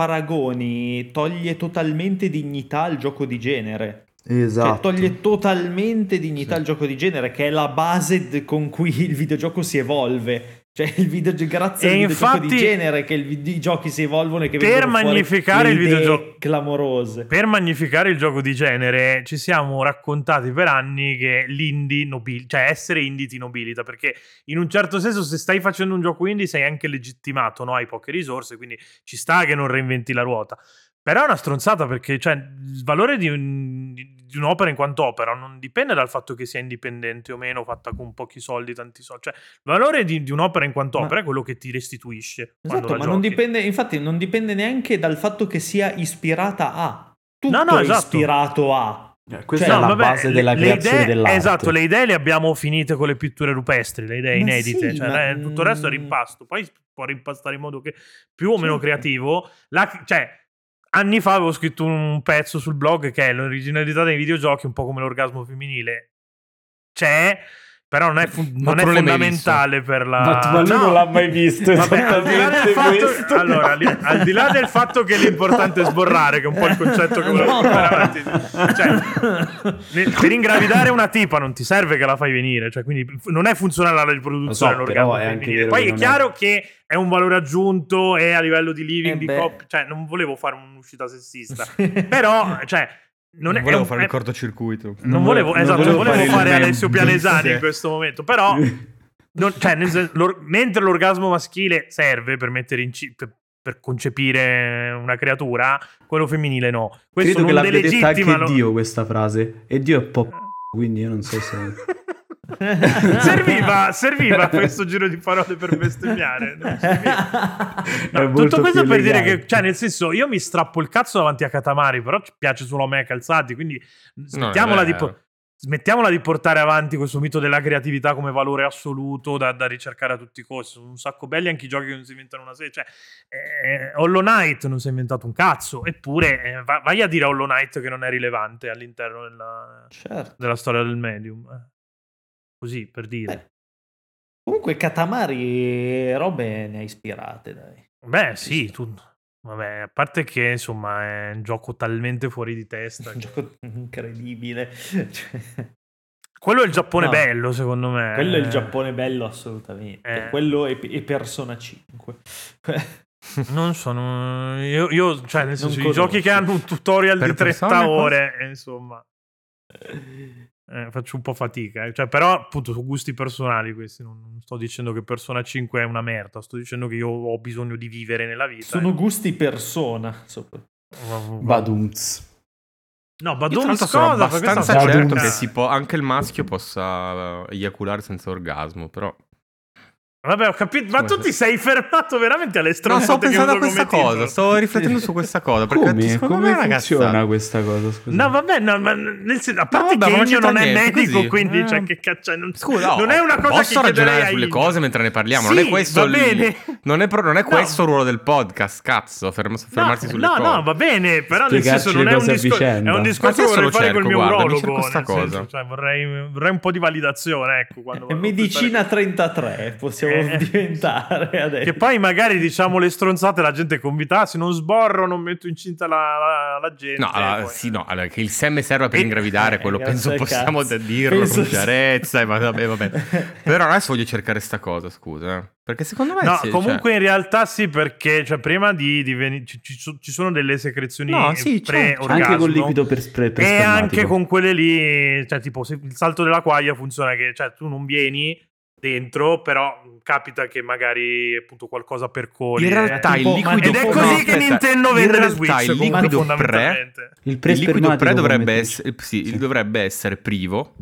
Speaker 4: paragoni toglie totalmente dignità al gioco di genere. Cioè,
Speaker 2: Esatto.
Speaker 4: toglie totalmente dignità
Speaker 3: Sì.
Speaker 4: al gioco di genere, che è la base d- con cui il videogioco si evolve. Cioè, il videogio- grazie
Speaker 1: E
Speaker 4: al videogioco
Speaker 1: infatti-
Speaker 4: di genere che il vide- i giochi si evolvono e che
Speaker 1: Per
Speaker 4: vengono fuori
Speaker 1: magnificare
Speaker 4: le
Speaker 1: il
Speaker 4: idee
Speaker 1: videogioco-
Speaker 4: clamorose.
Speaker 1: Per magnificare il gioco di genere, ci siamo raccontati per anni che l'indie nobil- cioè essere indie ti nobilita, perché in un certo senso se stai facendo un gioco indie sei anche legittimato, no? hai poche risorse, quindi ci sta che non reinventi la ruota. Però è una stronzata perché cioè, il valore di, un- di- di un'opera in quanto opera non dipende dal fatto che sia indipendente o meno, fatta con pochi soldi, tanti soldi. Cioè, il valore di, di un'opera in quanto
Speaker 4: Ma-
Speaker 1: opera è quello che ti restituisce. quando
Speaker 4: Esatto,
Speaker 1: la
Speaker 4: ma non
Speaker 1: giochi.
Speaker 4: dipende, infatti non dipende neanche dal fatto che sia ispirata a. Tutto
Speaker 1: No, no,
Speaker 4: è
Speaker 1: esatto.
Speaker 4: ispirato a.
Speaker 2: Eh, Questa è
Speaker 4: Cioè,
Speaker 2: la
Speaker 1: vabbè,
Speaker 2: base
Speaker 1: le-
Speaker 2: della
Speaker 1: le
Speaker 2: creazione
Speaker 1: idee-
Speaker 2: dell'arte.
Speaker 1: Esatto, le idee le abbiamo finite con le pitture rupestri, le idee
Speaker 4: Ma
Speaker 1: inedite,
Speaker 4: sì,
Speaker 1: cioè,
Speaker 4: ma- mm.
Speaker 1: eh, tutto il resto è rimpasto, poi si può rimpastare in modo che più o meno
Speaker 4: Certo.
Speaker 1: creativo. La- cioè, anni fa avevo scritto un pezzo sul blog che è l'originalità dei videogiochi, un po' come l'orgasmo femminile. C'è, però non è, fun-
Speaker 3: Ma
Speaker 1: non è
Speaker 3: tu non l'hai mai
Speaker 1: fondamentale per la...
Speaker 2: Ma, ma lui
Speaker 1: No,
Speaker 2: non l'ha mai visto
Speaker 1: Vabbè, al di là del
Speaker 2: esattamente
Speaker 1: fatto-
Speaker 2: questo.
Speaker 1: allora, li- al di là del fatto che l'importante è sborrare, che è un po' il concetto che volevo
Speaker 4: No.
Speaker 1: portare avanti. Cioè, ne- per ingravidare una tipa non ti serve che la fai venire, cioè, quindi f- non è funzionale alla riproduzione.
Speaker 2: Lo so,
Speaker 1: l'orgasmo
Speaker 2: però è anche
Speaker 1: femminile.
Speaker 2: vero
Speaker 1: Poi
Speaker 2: che
Speaker 1: è
Speaker 2: non è-
Speaker 1: chiaro che è un valore aggiunto e a livello di living,
Speaker 4: Eh
Speaker 1: di
Speaker 4: beh.
Speaker 1: coppia, cioè, non volevo fare un'uscita sessista, però, cioè, non, è,
Speaker 3: Non, volevo
Speaker 1: è un-
Speaker 3: fare il
Speaker 1: è-
Speaker 3: cortocircuito.
Speaker 1: non volevo,
Speaker 2: Non
Speaker 1: esatto,
Speaker 2: volevo
Speaker 1: non volevo
Speaker 2: fare il
Speaker 1: fare
Speaker 3: mem-
Speaker 1: Alessio Pianesani
Speaker 3: sì.
Speaker 1: in questo momento, però non- cioè, nel sen- l'or- mentre l'orgasmo maschile serve per, mettere in ci- per, per concepire una creatura, quello femminile no. Questo
Speaker 2: Credo che
Speaker 1: non
Speaker 2: l'abbia detta anche
Speaker 1: delegittima lo-
Speaker 2: Dio questa frase. E Dio è un po' p- quindi io non so se...
Speaker 1: serviva, serviva questo giro di parole per bestemmiare. no? Serviva. No,
Speaker 2: È molto
Speaker 1: tutto questo
Speaker 2: più
Speaker 1: per dire
Speaker 2: elegante.
Speaker 1: che, cioè, nel senso, io mi strappo il cazzo davanti a Katamari, però ci piace solo a me calzati, quindi smettiamola,
Speaker 3: è
Speaker 1: di,
Speaker 3: vero.
Speaker 1: po- smettiamola di portare avanti questo mito della creatività come valore assoluto da, da ricercare a tutti i costi. Sono un sacco belli anche i giochi che non si inventano una serie. Cioè, eh, Hollow Knight non si è inventato un cazzo, eppure eh, va- vai a dire a Hollow Knight che non è rilevante all'interno della,
Speaker 4: certo.
Speaker 1: della storia del medium. eh. Così, per dire.
Speaker 4: Comunque Katamari robe ne ha ispirate, dai.
Speaker 1: Beh, sì, tu... Vabbè, a parte che insomma è un gioco talmente fuori di testa.
Speaker 4: Un gioco incredibile. Cioè,
Speaker 1: Quello è il Giappone
Speaker 4: No.
Speaker 1: bello, secondo me.
Speaker 4: Quello è il Giappone bello assolutamente.
Speaker 1: Eh.
Speaker 4: Quello e, e Persona 5.
Speaker 1: Non sono. Io, io, cioè, nel
Speaker 4: Non
Speaker 1: senso, i
Speaker 4: conosco.
Speaker 1: giochi che hanno un tutorial
Speaker 3: Per
Speaker 1: di 30
Speaker 3: persone, cosa?
Speaker 1: ore, eh, insomma, eh, faccio un po' fatica. eh. Cioè, però, appunto, su gusti personali questi. Non, non sto dicendo che Persona 5 è una merda, sto dicendo che io ho bisogno di vivere nella vita. eh.
Speaker 4: Sono gusti persona. sopra.
Speaker 2: Badumz.
Speaker 1: No,
Speaker 3: Io, tra
Speaker 1: Badum
Speaker 3: l'altro, sono
Speaker 1: cosa?
Speaker 3: abbastanza
Speaker 2: cosa-
Speaker 3: certo
Speaker 2: Badum.
Speaker 3: che si può- anche il maschio possa eh, eiaculare senza orgasmo, però...
Speaker 1: Vabbè, ho capito, ma
Speaker 3: Come
Speaker 1: tu
Speaker 3: se-
Speaker 1: ti sei fermato veramente alle
Speaker 3: No,
Speaker 1: stronzate
Speaker 3: sto
Speaker 1: che
Speaker 3: pensando a
Speaker 1: uso
Speaker 3: questa
Speaker 1: come
Speaker 3: cosa,
Speaker 1: titolo.
Speaker 3: sto riflettendo su questa cosa, perché
Speaker 2: Come?
Speaker 3: secondo
Speaker 2: Come
Speaker 3: me è una
Speaker 2: funziona
Speaker 3: cazzata.
Speaker 2: questa cosa? Scusa.
Speaker 1: No, vabbè, no, ma nel senso, a parte
Speaker 3: vabbè,
Speaker 1: che
Speaker 3: ma
Speaker 1: Ennio
Speaker 3: c'entra
Speaker 1: non è
Speaker 3: niente,
Speaker 1: medico,
Speaker 3: così.
Speaker 1: quindi
Speaker 3: Eh.
Speaker 1: cioè, che caccia, non,
Speaker 3: Scusa,
Speaker 1: non è una cosa
Speaker 3: posso
Speaker 1: che chiederei
Speaker 3: ragionare
Speaker 1: a
Speaker 3: sulle
Speaker 1: Ennio.
Speaker 3: cose mentre ne parliamo,
Speaker 1: Sì,
Speaker 3: non è questo
Speaker 1: va
Speaker 3: il-
Speaker 1: bene.
Speaker 3: Non è, pro- non è
Speaker 1: No.
Speaker 3: questo il ruolo del podcast, cazzo, fermo- fermarsi
Speaker 1: no,
Speaker 3: sulle
Speaker 1: no,
Speaker 3: cose.
Speaker 1: no, va bene, però nel
Speaker 2: Spiegarci
Speaker 1: senso non
Speaker 2: le
Speaker 1: è un,
Speaker 2: cose a
Speaker 1: discor-
Speaker 2: vicenda.
Speaker 1: è un
Speaker 3: Ma
Speaker 1: discorso che
Speaker 3: adesso
Speaker 1: vorrei
Speaker 3: lo
Speaker 1: fare col
Speaker 3: cerco,
Speaker 1: mio
Speaker 3: guarda, mi
Speaker 1: urologo,
Speaker 3: cerco sta
Speaker 1: nel senso,
Speaker 3: cosa. Eh,
Speaker 1: cioè, vorrei, vorrei un po' di validazione, ecco, quando vado a
Speaker 4: Medicina
Speaker 1: pensare-
Speaker 4: 33 possiamo
Speaker 1: Eh.
Speaker 4: diventare adesso.
Speaker 1: Che poi magari diciamo le stronzate la gente convita, ah, se non sborro non metto incinta la, la- la gente.
Speaker 3: No, allora,
Speaker 1: poi-
Speaker 3: sì, no, allora, che il seme serva per
Speaker 1: Eh,
Speaker 3: ingravidare, quello
Speaker 4: eh,
Speaker 3: penso
Speaker 4: grazie al
Speaker 3: possiamo
Speaker 4: cazzo.
Speaker 3: dirlo
Speaker 4: Penso
Speaker 3: con
Speaker 4: sì.
Speaker 3: chiarezza, ma vabbè, vabbè. Però adesso voglio cercare sta cosa, scusa. eh. Perché secondo me...
Speaker 1: No,
Speaker 3: sì, cioè.
Speaker 1: comunque in realtà sì, perché cioè, prima di, di veni- ci, ci- ci sono delle secrezioni
Speaker 3: No, sì, certo, c'è, c'è.
Speaker 1: pre-orgasmo.
Speaker 2: Anche con liquido per spray per
Speaker 1: e Eh, anche
Speaker 2: spalmatico.
Speaker 1: con quelle lì, cioè tipo se il salto della quaglia funziona che cioè, tu non vieni dentro, però capita che magari appunto qualcosa percoli.
Speaker 3: In
Speaker 1: eh.
Speaker 3: realtà
Speaker 4: tipo-
Speaker 3: il liquido
Speaker 1: Ed è
Speaker 4: no,
Speaker 1: così che
Speaker 3: aspetta,
Speaker 1: Nintendo
Speaker 3: in
Speaker 1: vende le
Speaker 3: realtà
Speaker 1: Switch,
Speaker 3: Il
Speaker 1: comunque,
Speaker 3: liquido pre,
Speaker 1: fondamentalmente.
Speaker 2: Il,
Speaker 3: il liquido
Speaker 2: pre-spermatico
Speaker 3: pre dovrebbe
Speaker 2: come
Speaker 3: essere, sì,
Speaker 2: Sì.
Speaker 3: dovrebbe essere privo,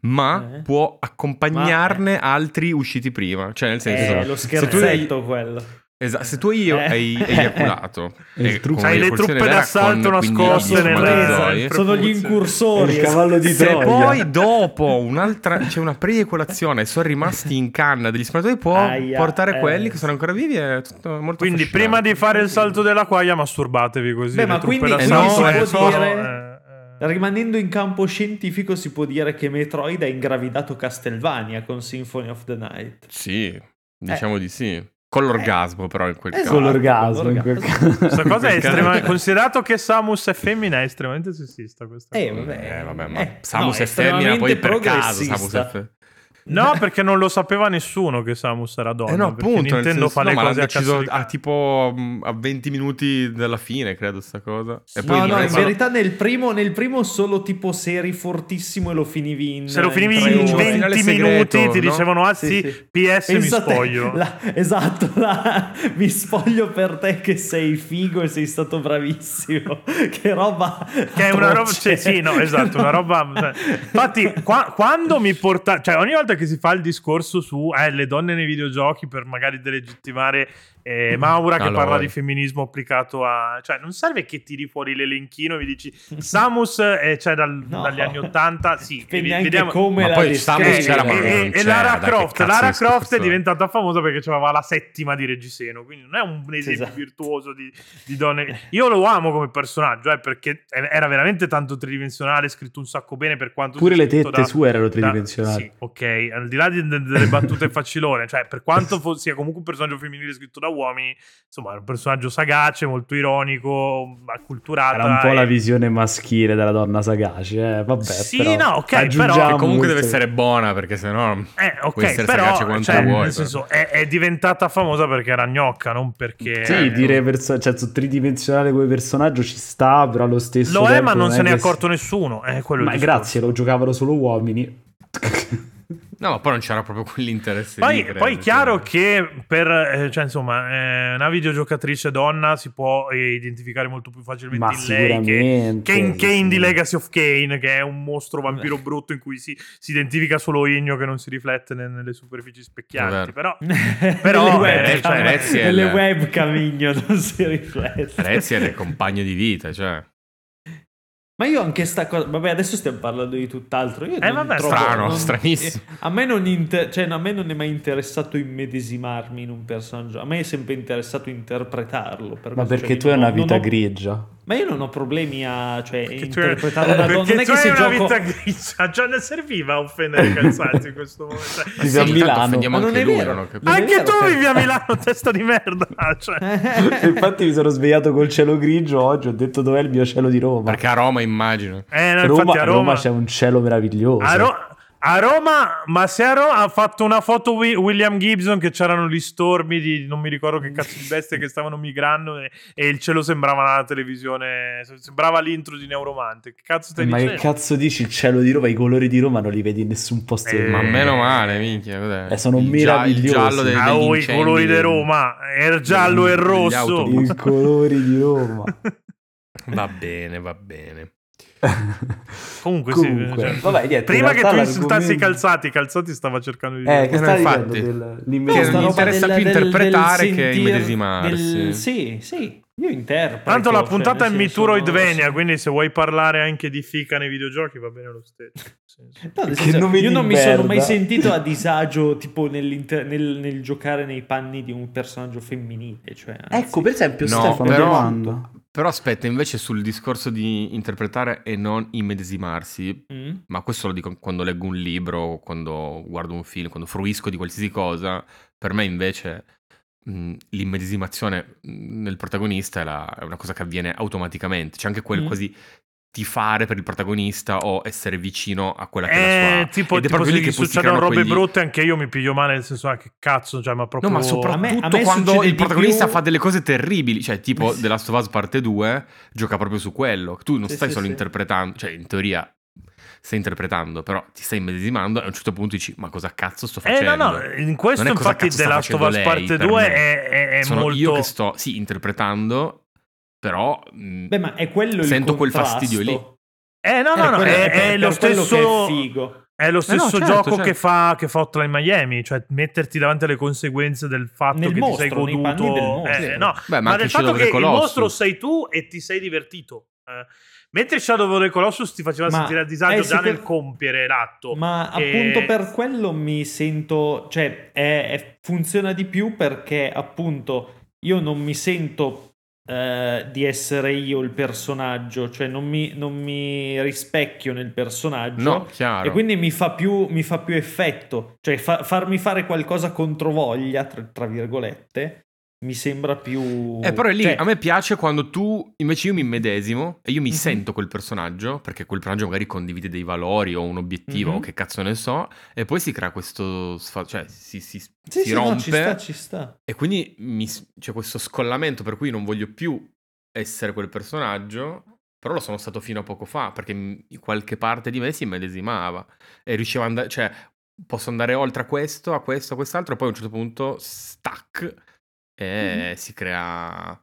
Speaker 3: ma
Speaker 4: Eh.
Speaker 3: può accompagnarne altri usciti prima. Cioè, nel senso,
Speaker 4: Eh, lo
Speaker 3: se tu hai,
Speaker 4: scherzetto quello.
Speaker 3: esa- se tu hai,
Speaker 4: Eh.
Speaker 3: hai eiaculato,
Speaker 2: Il
Speaker 3: e
Speaker 2: trucco.
Speaker 3: con
Speaker 2: Hai
Speaker 1: le
Speaker 3: eiaculazione
Speaker 1: truppe
Speaker 3: vera
Speaker 1: d'assalto
Speaker 3: con quindi
Speaker 1: nascoste
Speaker 3: gli
Speaker 1: nella-
Speaker 3: spermatozoi,
Speaker 4: Sono gli
Speaker 1: Prepuzio.
Speaker 4: incursori.
Speaker 2: Il cavallo di
Speaker 3: Se
Speaker 2: Troia.
Speaker 3: poi dopo un'altra c'è una preeiaculazione e sono rimasti in canna degli spermatoi, può
Speaker 4: Aia,
Speaker 3: portare
Speaker 4: eh.
Speaker 3: quelli che sono ancora vivi. È tutto molto
Speaker 1: Quindi prima di fare il salto della quaglia masturbatevi così.
Speaker 4: Beh,
Speaker 1: le
Speaker 4: ma
Speaker 1: truppe
Speaker 4: quindi-
Speaker 1: d'assalto
Speaker 3: quindi si
Speaker 1: eh,
Speaker 3: può
Speaker 1: sono-
Speaker 4: dire-
Speaker 1: eh, eh.
Speaker 4: Rimanendo in campo scientifico, si può dire che Metroid ha ingravidato Castlevania con Symphony of the Night.
Speaker 3: Sì, diciamo di sì. Con l'orgasmo, però, in quel
Speaker 4: Eh. Esatto.
Speaker 2: Con
Speaker 3: caso.
Speaker 2: l'orgasmo in quel
Speaker 4: L'orgasmo.
Speaker 2: caso.
Speaker 1: Questa cosa è
Speaker 3: Perché-
Speaker 1: estremamente... Considerato che Samus è femmina, è estremamente sessista questa
Speaker 4: Eh,
Speaker 1: cosa.
Speaker 4: vabbè,
Speaker 3: Eh, vabbè, ma
Speaker 4: eh,
Speaker 3: Samus
Speaker 4: no,
Speaker 3: è femmina, poi
Speaker 4: estremamente
Speaker 3: per caso
Speaker 4: progressista.
Speaker 3: Samus è femmina.
Speaker 1: No, perché non lo sapeva nessuno che Samus era donna.
Speaker 3: Eh no,
Speaker 1: perché
Speaker 3: appunto, nel
Speaker 1: Nintendo
Speaker 3: senso,
Speaker 1: fa
Speaker 3: no,
Speaker 1: le
Speaker 3: ma l'hanno
Speaker 1: cose a
Speaker 3: deciso
Speaker 1: cazzo
Speaker 3: a,
Speaker 1: di cane.
Speaker 3: tipo mh, a 20 minuti dalla fine, credo, sta cosa. E poi
Speaker 4: no,
Speaker 3: non
Speaker 4: no,
Speaker 3: è
Speaker 4: in
Speaker 3: solo-
Speaker 4: verità nel primo, nel primo solo tipo se eri fortissimo e lo finivi in eh,
Speaker 1: Se lo finivi
Speaker 4: tre
Speaker 1: in
Speaker 4: ore.
Speaker 3: Dicevo, finale
Speaker 1: 20
Speaker 3: segreto,
Speaker 1: minuti ti
Speaker 3: no?
Speaker 1: dicevano, ah sì,
Speaker 4: Sì, sì.
Speaker 1: PS
Speaker 4: Pensa a
Speaker 1: mi
Speaker 4: te,
Speaker 1: spoglio.
Speaker 4: la- esatto, la- mi spoglio per te che sei figo e sei stato bravissimo. che roba
Speaker 1: Che è una roba, cioè, sì, no, esatto, una roba. Infatti, qua- quando mi porta, cioè, ogni volta che si fa il discorso su eh, le donne nei videogiochi per magari delegittimare eh, eh, Maura che
Speaker 3: Allora.
Speaker 1: parla di femminismo applicato a... Cioè, non serve che tiri fuori l'elenchino e mi dici Samus eh, c'è dal-
Speaker 4: No.
Speaker 1: dagli anni 80, sì,
Speaker 4: Dipende
Speaker 1: vi-
Speaker 4: anche
Speaker 1: vediamo...
Speaker 4: come
Speaker 3: Ma
Speaker 4: la
Speaker 3: poi
Speaker 4: descrivi.
Speaker 3: Samus c'era, ma
Speaker 1: e, e-
Speaker 3: non
Speaker 1: e
Speaker 3: c'era,
Speaker 1: Lara
Speaker 3: dai, che
Speaker 1: Croft,
Speaker 3: cazzo
Speaker 1: Lara
Speaker 3: di sto
Speaker 1: Croft è
Speaker 3: persone.
Speaker 1: diventata famosa perché aveva la settima di Reggiseno, quindi non è un esempio
Speaker 4: Esatto.
Speaker 1: virtuoso di, di donne. Io lo amo come personaggio, eh, perché era veramente tanto tridimensionale, scritto un sacco bene per quanto
Speaker 2: Pure le
Speaker 1: scritto
Speaker 2: tette sue erano
Speaker 1: da-
Speaker 2: tridimensionali.
Speaker 1: sì, ok, al di là di- de- delle battute facilone, cioè per quanto fo- sia comunque un personaggio femminile scritto da uomini, insomma, era un personaggio sagace, molto ironico, acculturato.
Speaker 2: Era un po' la visione maschile della donna sagace, eh, vabbè.
Speaker 1: Sì,
Speaker 2: però
Speaker 1: no, ok,
Speaker 2: aggiungiamo
Speaker 1: però-
Speaker 3: Che comunque deve
Speaker 2: molto.
Speaker 3: essere buona perché sennò
Speaker 1: Eh,
Speaker 3: Puoi
Speaker 1: ok,
Speaker 3: essere
Speaker 1: però
Speaker 3: sagace quanto
Speaker 1: cioè,
Speaker 2: vuoi,
Speaker 1: nel
Speaker 3: però.
Speaker 1: senso, è, è diventata famosa perché era gnocca, non perché...
Speaker 2: Sì, dire perso- cioè, su tridimensionale come personaggio ci sta, però allo stesso
Speaker 1: Lo è,
Speaker 2: tempo
Speaker 1: ma non se ne è
Speaker 2: che-
Speaker 1: accorto nessuno. eh, quello è il
Speaker 2: Ma
Speaker 1: discorso.
Speaker 2: grazie, lo giocavano solo uomini.
Speaker 3: No, ma poi non c'era proprio quell'interesse. lì,
Speaker 1: Poi,
Speaker 3: credo,
Speaker 1: poi è
Speaker 3: cioè.
Speaker 1: chiaro che per eh, cioè, insomma, eh, una videogiocatrice donna si può eh, identificare molto più facilmente
Speaker 2: ma
Speaker 1: in lei che
Speaker 2: sicuramente.
Speaker 1: Kane Kane di
Speaker 2: sì.
Speaker 1: Legacy of Kane, che è un mostro vampiro brutto in cui si, si identifica solo Igno che non si riflette ne- nelle superfici specchianti. Però,
Speaker 3: Vero.
Speaker 4: le
Speaker 1: però eh,
Speaker 4: webcam,
Speaker 1: cioè,
Speaker 3: eh, sì, è
Speaker 4: diciamo, nelle
Speaker 3: il-
Speaker 4: webcam, igno, non si riflette.
Speaker 3: Rezzi era il compagno di vita, cioè.
Speaker 4: Ma io anche sta cosa. Vabbè, adesso stiamo parlando di tutt'altro. Io
Speaker 1: Eh,
Speaker 4: non
Speaker 1: vabbè,
Speaker 4: trovo-
Speaker 3: strano,
Speaker 4: non-
Speaker 3: stranissimo.
Speaker 4: eh, A me, non inter- cioè, a me non è mai interessato immedesimarmi in un personaggio. A me è sempre interessato interpretarlo. per
Speaker 2: Ma
Speaker 4: questo,
Speaker 2: perché
Speaker 4: cioè,
Speaker 2: tu hai
Speaker 4: non
Speaker 2: una
Speaker 4: ho- non
Speaker 2: vita
Speaker 4: ho-
Speaker 2: grigia?
Speaker 4: Ma io non ho problemi a cioè,
Speaker 1: perché tu hai-
Speaker 4: interpretare una donna.
Speaker 1: perché
Speaker 4: Non è
Speaker 1: tu
Speaker 4: che
Speaker 1: hai
Speaker 4: se
Speaker 1: una
Speaker 4: gioco.
Speaker 1: vita grigia, già ne serviva a offendere Calzati in questo momento. Cioè,
Speaker 3: Ma
Speaker 2: Vive a
Speaker 3: intanto
Speaker 2: Milano.
Speaker 3: offendiamo
Speaker 4: Ma non
Speaker 3: anche
Speaker 4: è
Speaker 3: lui,
Speaker 4: vero.
Speaker 3: non ho capito.
Speaker 4: Ma- è
Speaker 1: Anche
Speaker 4: vero
Speaker 1: tu
Speaker 4: che- Eh.
Speaker 1: vivi a Milano, testa di merda. Cioè.
Speaker 2: Infatti mi sono svegliato col cielo grigio oggi, ho detto dov'è il mio cielo di Roma.
Speaker 3: Perché a Roma immagino.
Speaker 1: Eh, no,
Speaker 2: Roma,
Speaker 1: infatti a
Speaker 2: a Roma c'è un cielo meraviglioso.
Speaker 1: A, Ro- a Roma, ma se a Roma ha fatto una foto Wi- William Gibson che c'erano gli stormi di non mi ricordo che cazzo di bestie che stavano migrando e, e il cielo sembrava la televisione, se- sembrava l'intro di Neuromante. Che cazzo stai
Speaker 2: Eh, Ma che
Speaker 1: dicendo?
Speaker 2: cazzo dici? Il cielo di Roma, i colori di Roma non li vedi in nessun posto.
Speaker 1: Eh,
Speaker 2: del
Speaker 3: Ma
Speaker 2: mondo.
Speaker 3: meno male, minchia. cos'è?
Speaker 2: Eh, sono
Speaker 3: il gia-
Speaker 2: meravigliosi.
Speaker 3: Il giallo dei,
Speaker 1: Ah,
Speaker 3: degli
Speaker 1: oh, i
Speaker 3: incendi
Speaker 1: colori di
Speaker 3: del-
Speaker 1: Roma, è il giallo e il
Speaker 3: degli
Speaker 1: rosso.
Speaker 3: autobus.
Speaker 2: I colori di Roma.
Speaker 3: Va bene, va bene.
Speaker 1: Comunque, sì,
Speaker 2: Comunque,
Speaker 1: cioè,
Speaker 2: vabbè, niente, in
Speaker 1: prima che tu
Speaker 2: realtà
Speaker 1: insultassi i
Speaker 2: l'argomento-
Speaker 1: calzati, calzati stava cercando di
Speaker 2: Eh,
Speaker 1: dire
Speaker 2: che
Speaker 3: Eh, no,
Speaker 2: stai
Speaker 3: infatti.
Speaker 2: dicendo
Speaker 3: Che
Speaker 2: dell'invenzione?
Speaker 3: non
Speaker 4: roba
Speaker 3: interessa più interpretare che immedesimarsi.
Speaker 4: Sì, sì, io interpreto.
Speaker 1: Tanto la
Speaker 4: cioè,
Speaker 1: puntata
Speaker 4: nel
Speaker 1: è
Speaker 4: senso-
Speaker 1: Metroidvania, quindi se vuoi parlare anche di fica nei videogiochi va bene lo stesso. Nel senso.
Speaker 4: No, nel
Speaker 2: Che
Speaker 4: senso,
Speaker 2: nome
Speaker 4: io
Speaker 2: di
Speaker 4: non mi sono
Speaker 2: merda.
Speaker 4: mai sentito a disagio tipo nell'inter- nel, nel giocare nei panni di un personaggio femminile. Cioè, anzi.
Speaker 2: Ecco, per esempio,
Speaker 3: No,
Speaker 2: Stefano,
Speaker 3: però-
Speaker 2: domanda.
Speaker 3: Però aspetta, invece sul discorso di interpretare e non immedesimarsi,
Speaker 4: Mm?
Speaker 3: ma questo lo dico quando leggo un libro, quando guardo un film, quando fruisco di qualsiasi cosa, per me invece mh, l'immedesimazione mh, nel protagonista è, la- è una cosa che avviene automaticamente, c'è anche quel
Speaker 4: Mm.
Speaker 3: quasi tifare per il protagonista o essere vicino a quella che è la
Speaker 1: Eh,
Speaker 3: sua...
Speaker 1: tipo,
Speaker 3: ed è
Speaker 1: tipo
Speaker 3: proprio
Speaker 1: se
Speaker 3: lì
Speaker 1: gli
Speaker 3: che
Speaker 1: succedono
Speaker 3: stuzzicano
Speaker 1: robe
Speaker 3: quegli-
Speaker 1: brutte, anche io mi piglio male nel senso, ah, che cazzo, cioè, ma proprio...
Speaker 3: No, ma
Speaker 4: me-
Speaker 3: soprattutto
Speaker 4: a me
Speaker 3: quando
Speaker 4: succede
Speaker 3: il
Speaker 4: di
Speaker 3: protagonista
Speaker 4: più-
Speaker 3: fa delle cose terribili, cioè tipo
Speaker 4: Sì.
Speaker 3: The Last of Us parte 2 gioca proprio su quello. Tu non
Speaker 4: Sì,
Speaker 3: stai
Speaker 4: sì,
Speaker 3: solo
Speaker 4: sì.
Speaker 3: interpretando, cioè in teoria stai interpretando, però ti stai immedesimando e a un certo punto dici "Ma cosa cazzo sto
Speaker 1: Eh,
Speaker 3: facendo?".
Speaker 1: no, no, in questo
Speaker 3: Non è cosa
Speaker 1: infatti
Speaker 3: cazzo
Speaker 1: The
Speaker 3: sta
Speaker 1: Last of
Speaker 3: facendo
Speaker 1: Us
Speaker 3: lei
Speaker 1: parte
Speaker 3: per
Speaker 1: 2
Speaker 3: me.
Speaker 1: è, è- è
Speaker 3: Sono
Speaker 1: molto...
Speaker 3: io che sto sì interpretando, però mm, mh,
Speaker 4: Beh, ma è quello il
Speaker 3: Sento quel
Speaker 4: contrasto.
Speaker 3: fastidio lì.
Speaker 1: Eh, no, no,
Speaker 4: Eh,
Speaker 1: no,
Speaker 4: quello-
Speaker 1: è, è
Speaker 4: per- per
Speaker 1: lo
Speaker 4: quello
Speaker 1: stesso...
Speaker 4: Che è figo.
Speaker 1: È lo stesso
Speaker 3: certo,
Speaker 1: gioco
Speaker 3: certo.
Speaker 1: Che, fa, che fa Hotline Miami, cioè metterti davanti alle conseguenze del fatto
Speaker 4: Nel
Speaker 1: che ti sei
Speaker 4: mostro, nei
Speaker 1: goduto...
Speaker 4: panni del mostro.
Speaker 1: Eh, no,
Speaker 3: beh, ma,
Speaker 1: ma,
Speaker 3: anche
Speaker 1: del
Speaker 3: Shadow
Speaker 1: fatto
Speaker 3: of the
Speaker 1: che il
Speaker 3: Colossus.
Speaker 1: mostro sei tu e ti sei divertito. eh. Mentre Shadow of the Colossus ti faceva
Speaker 4: Ma
Speaker 1: sentire a disagio
Speaker 4: è
Speaker 1: già
Speaker 4: secondo-
Speaker 1: nel compiere
Speaker 3: Esatto.
Speaker 1: l'atto.
Speaker 4: Ma
Speaker 1: E-
Speaker 4: appunto per quello mi sento, cioè è- è- funziona di più perché appunto io non mi sento eh, di essere io il personaggio, cioè non mi, non mi rispecchio nel personaggio.
Speaker 3: No, chiaro.
Speaker 4: E quindi mi fa più, mi fa più effetto, cioè fa- farmi fare qualcosa contro voglia, tra, tra virgolette, mi sembra più...
Speaker 3: Eh, però è lì
Speaker 4: cioè,
Speaker 3: a me piace quando tu invece io mi immedesimo e io mi
Speaker 4: Mhm.
Speaker 3: sento quel personaggio, perché quel personaggio magari condivide dei valori o un obiettivo
Speaker 4: Mhm.
Speaker 3: o che cazzo ne so, e poi si crea questo sfa- cioè si, si-
Speaker 4: sì,
Speaker 3: si
Speaker 4: sì,
Speaker 3: rompe
Speaker 4: no, ci sta, ci sta.
Speaker 3: e quindi mi s- c'è questo scollamento per cui non voglio più essere quel personaggio, però lo sono stato fino a poco fa, perché m- qualche parte di me si immedesimava e riuscivo a andare, cioè posso andare oltre a questo, a questo, a quest'altro, e poi a un certo punto stack e
Speaker 4: Mhm.
Speaker 3: si crea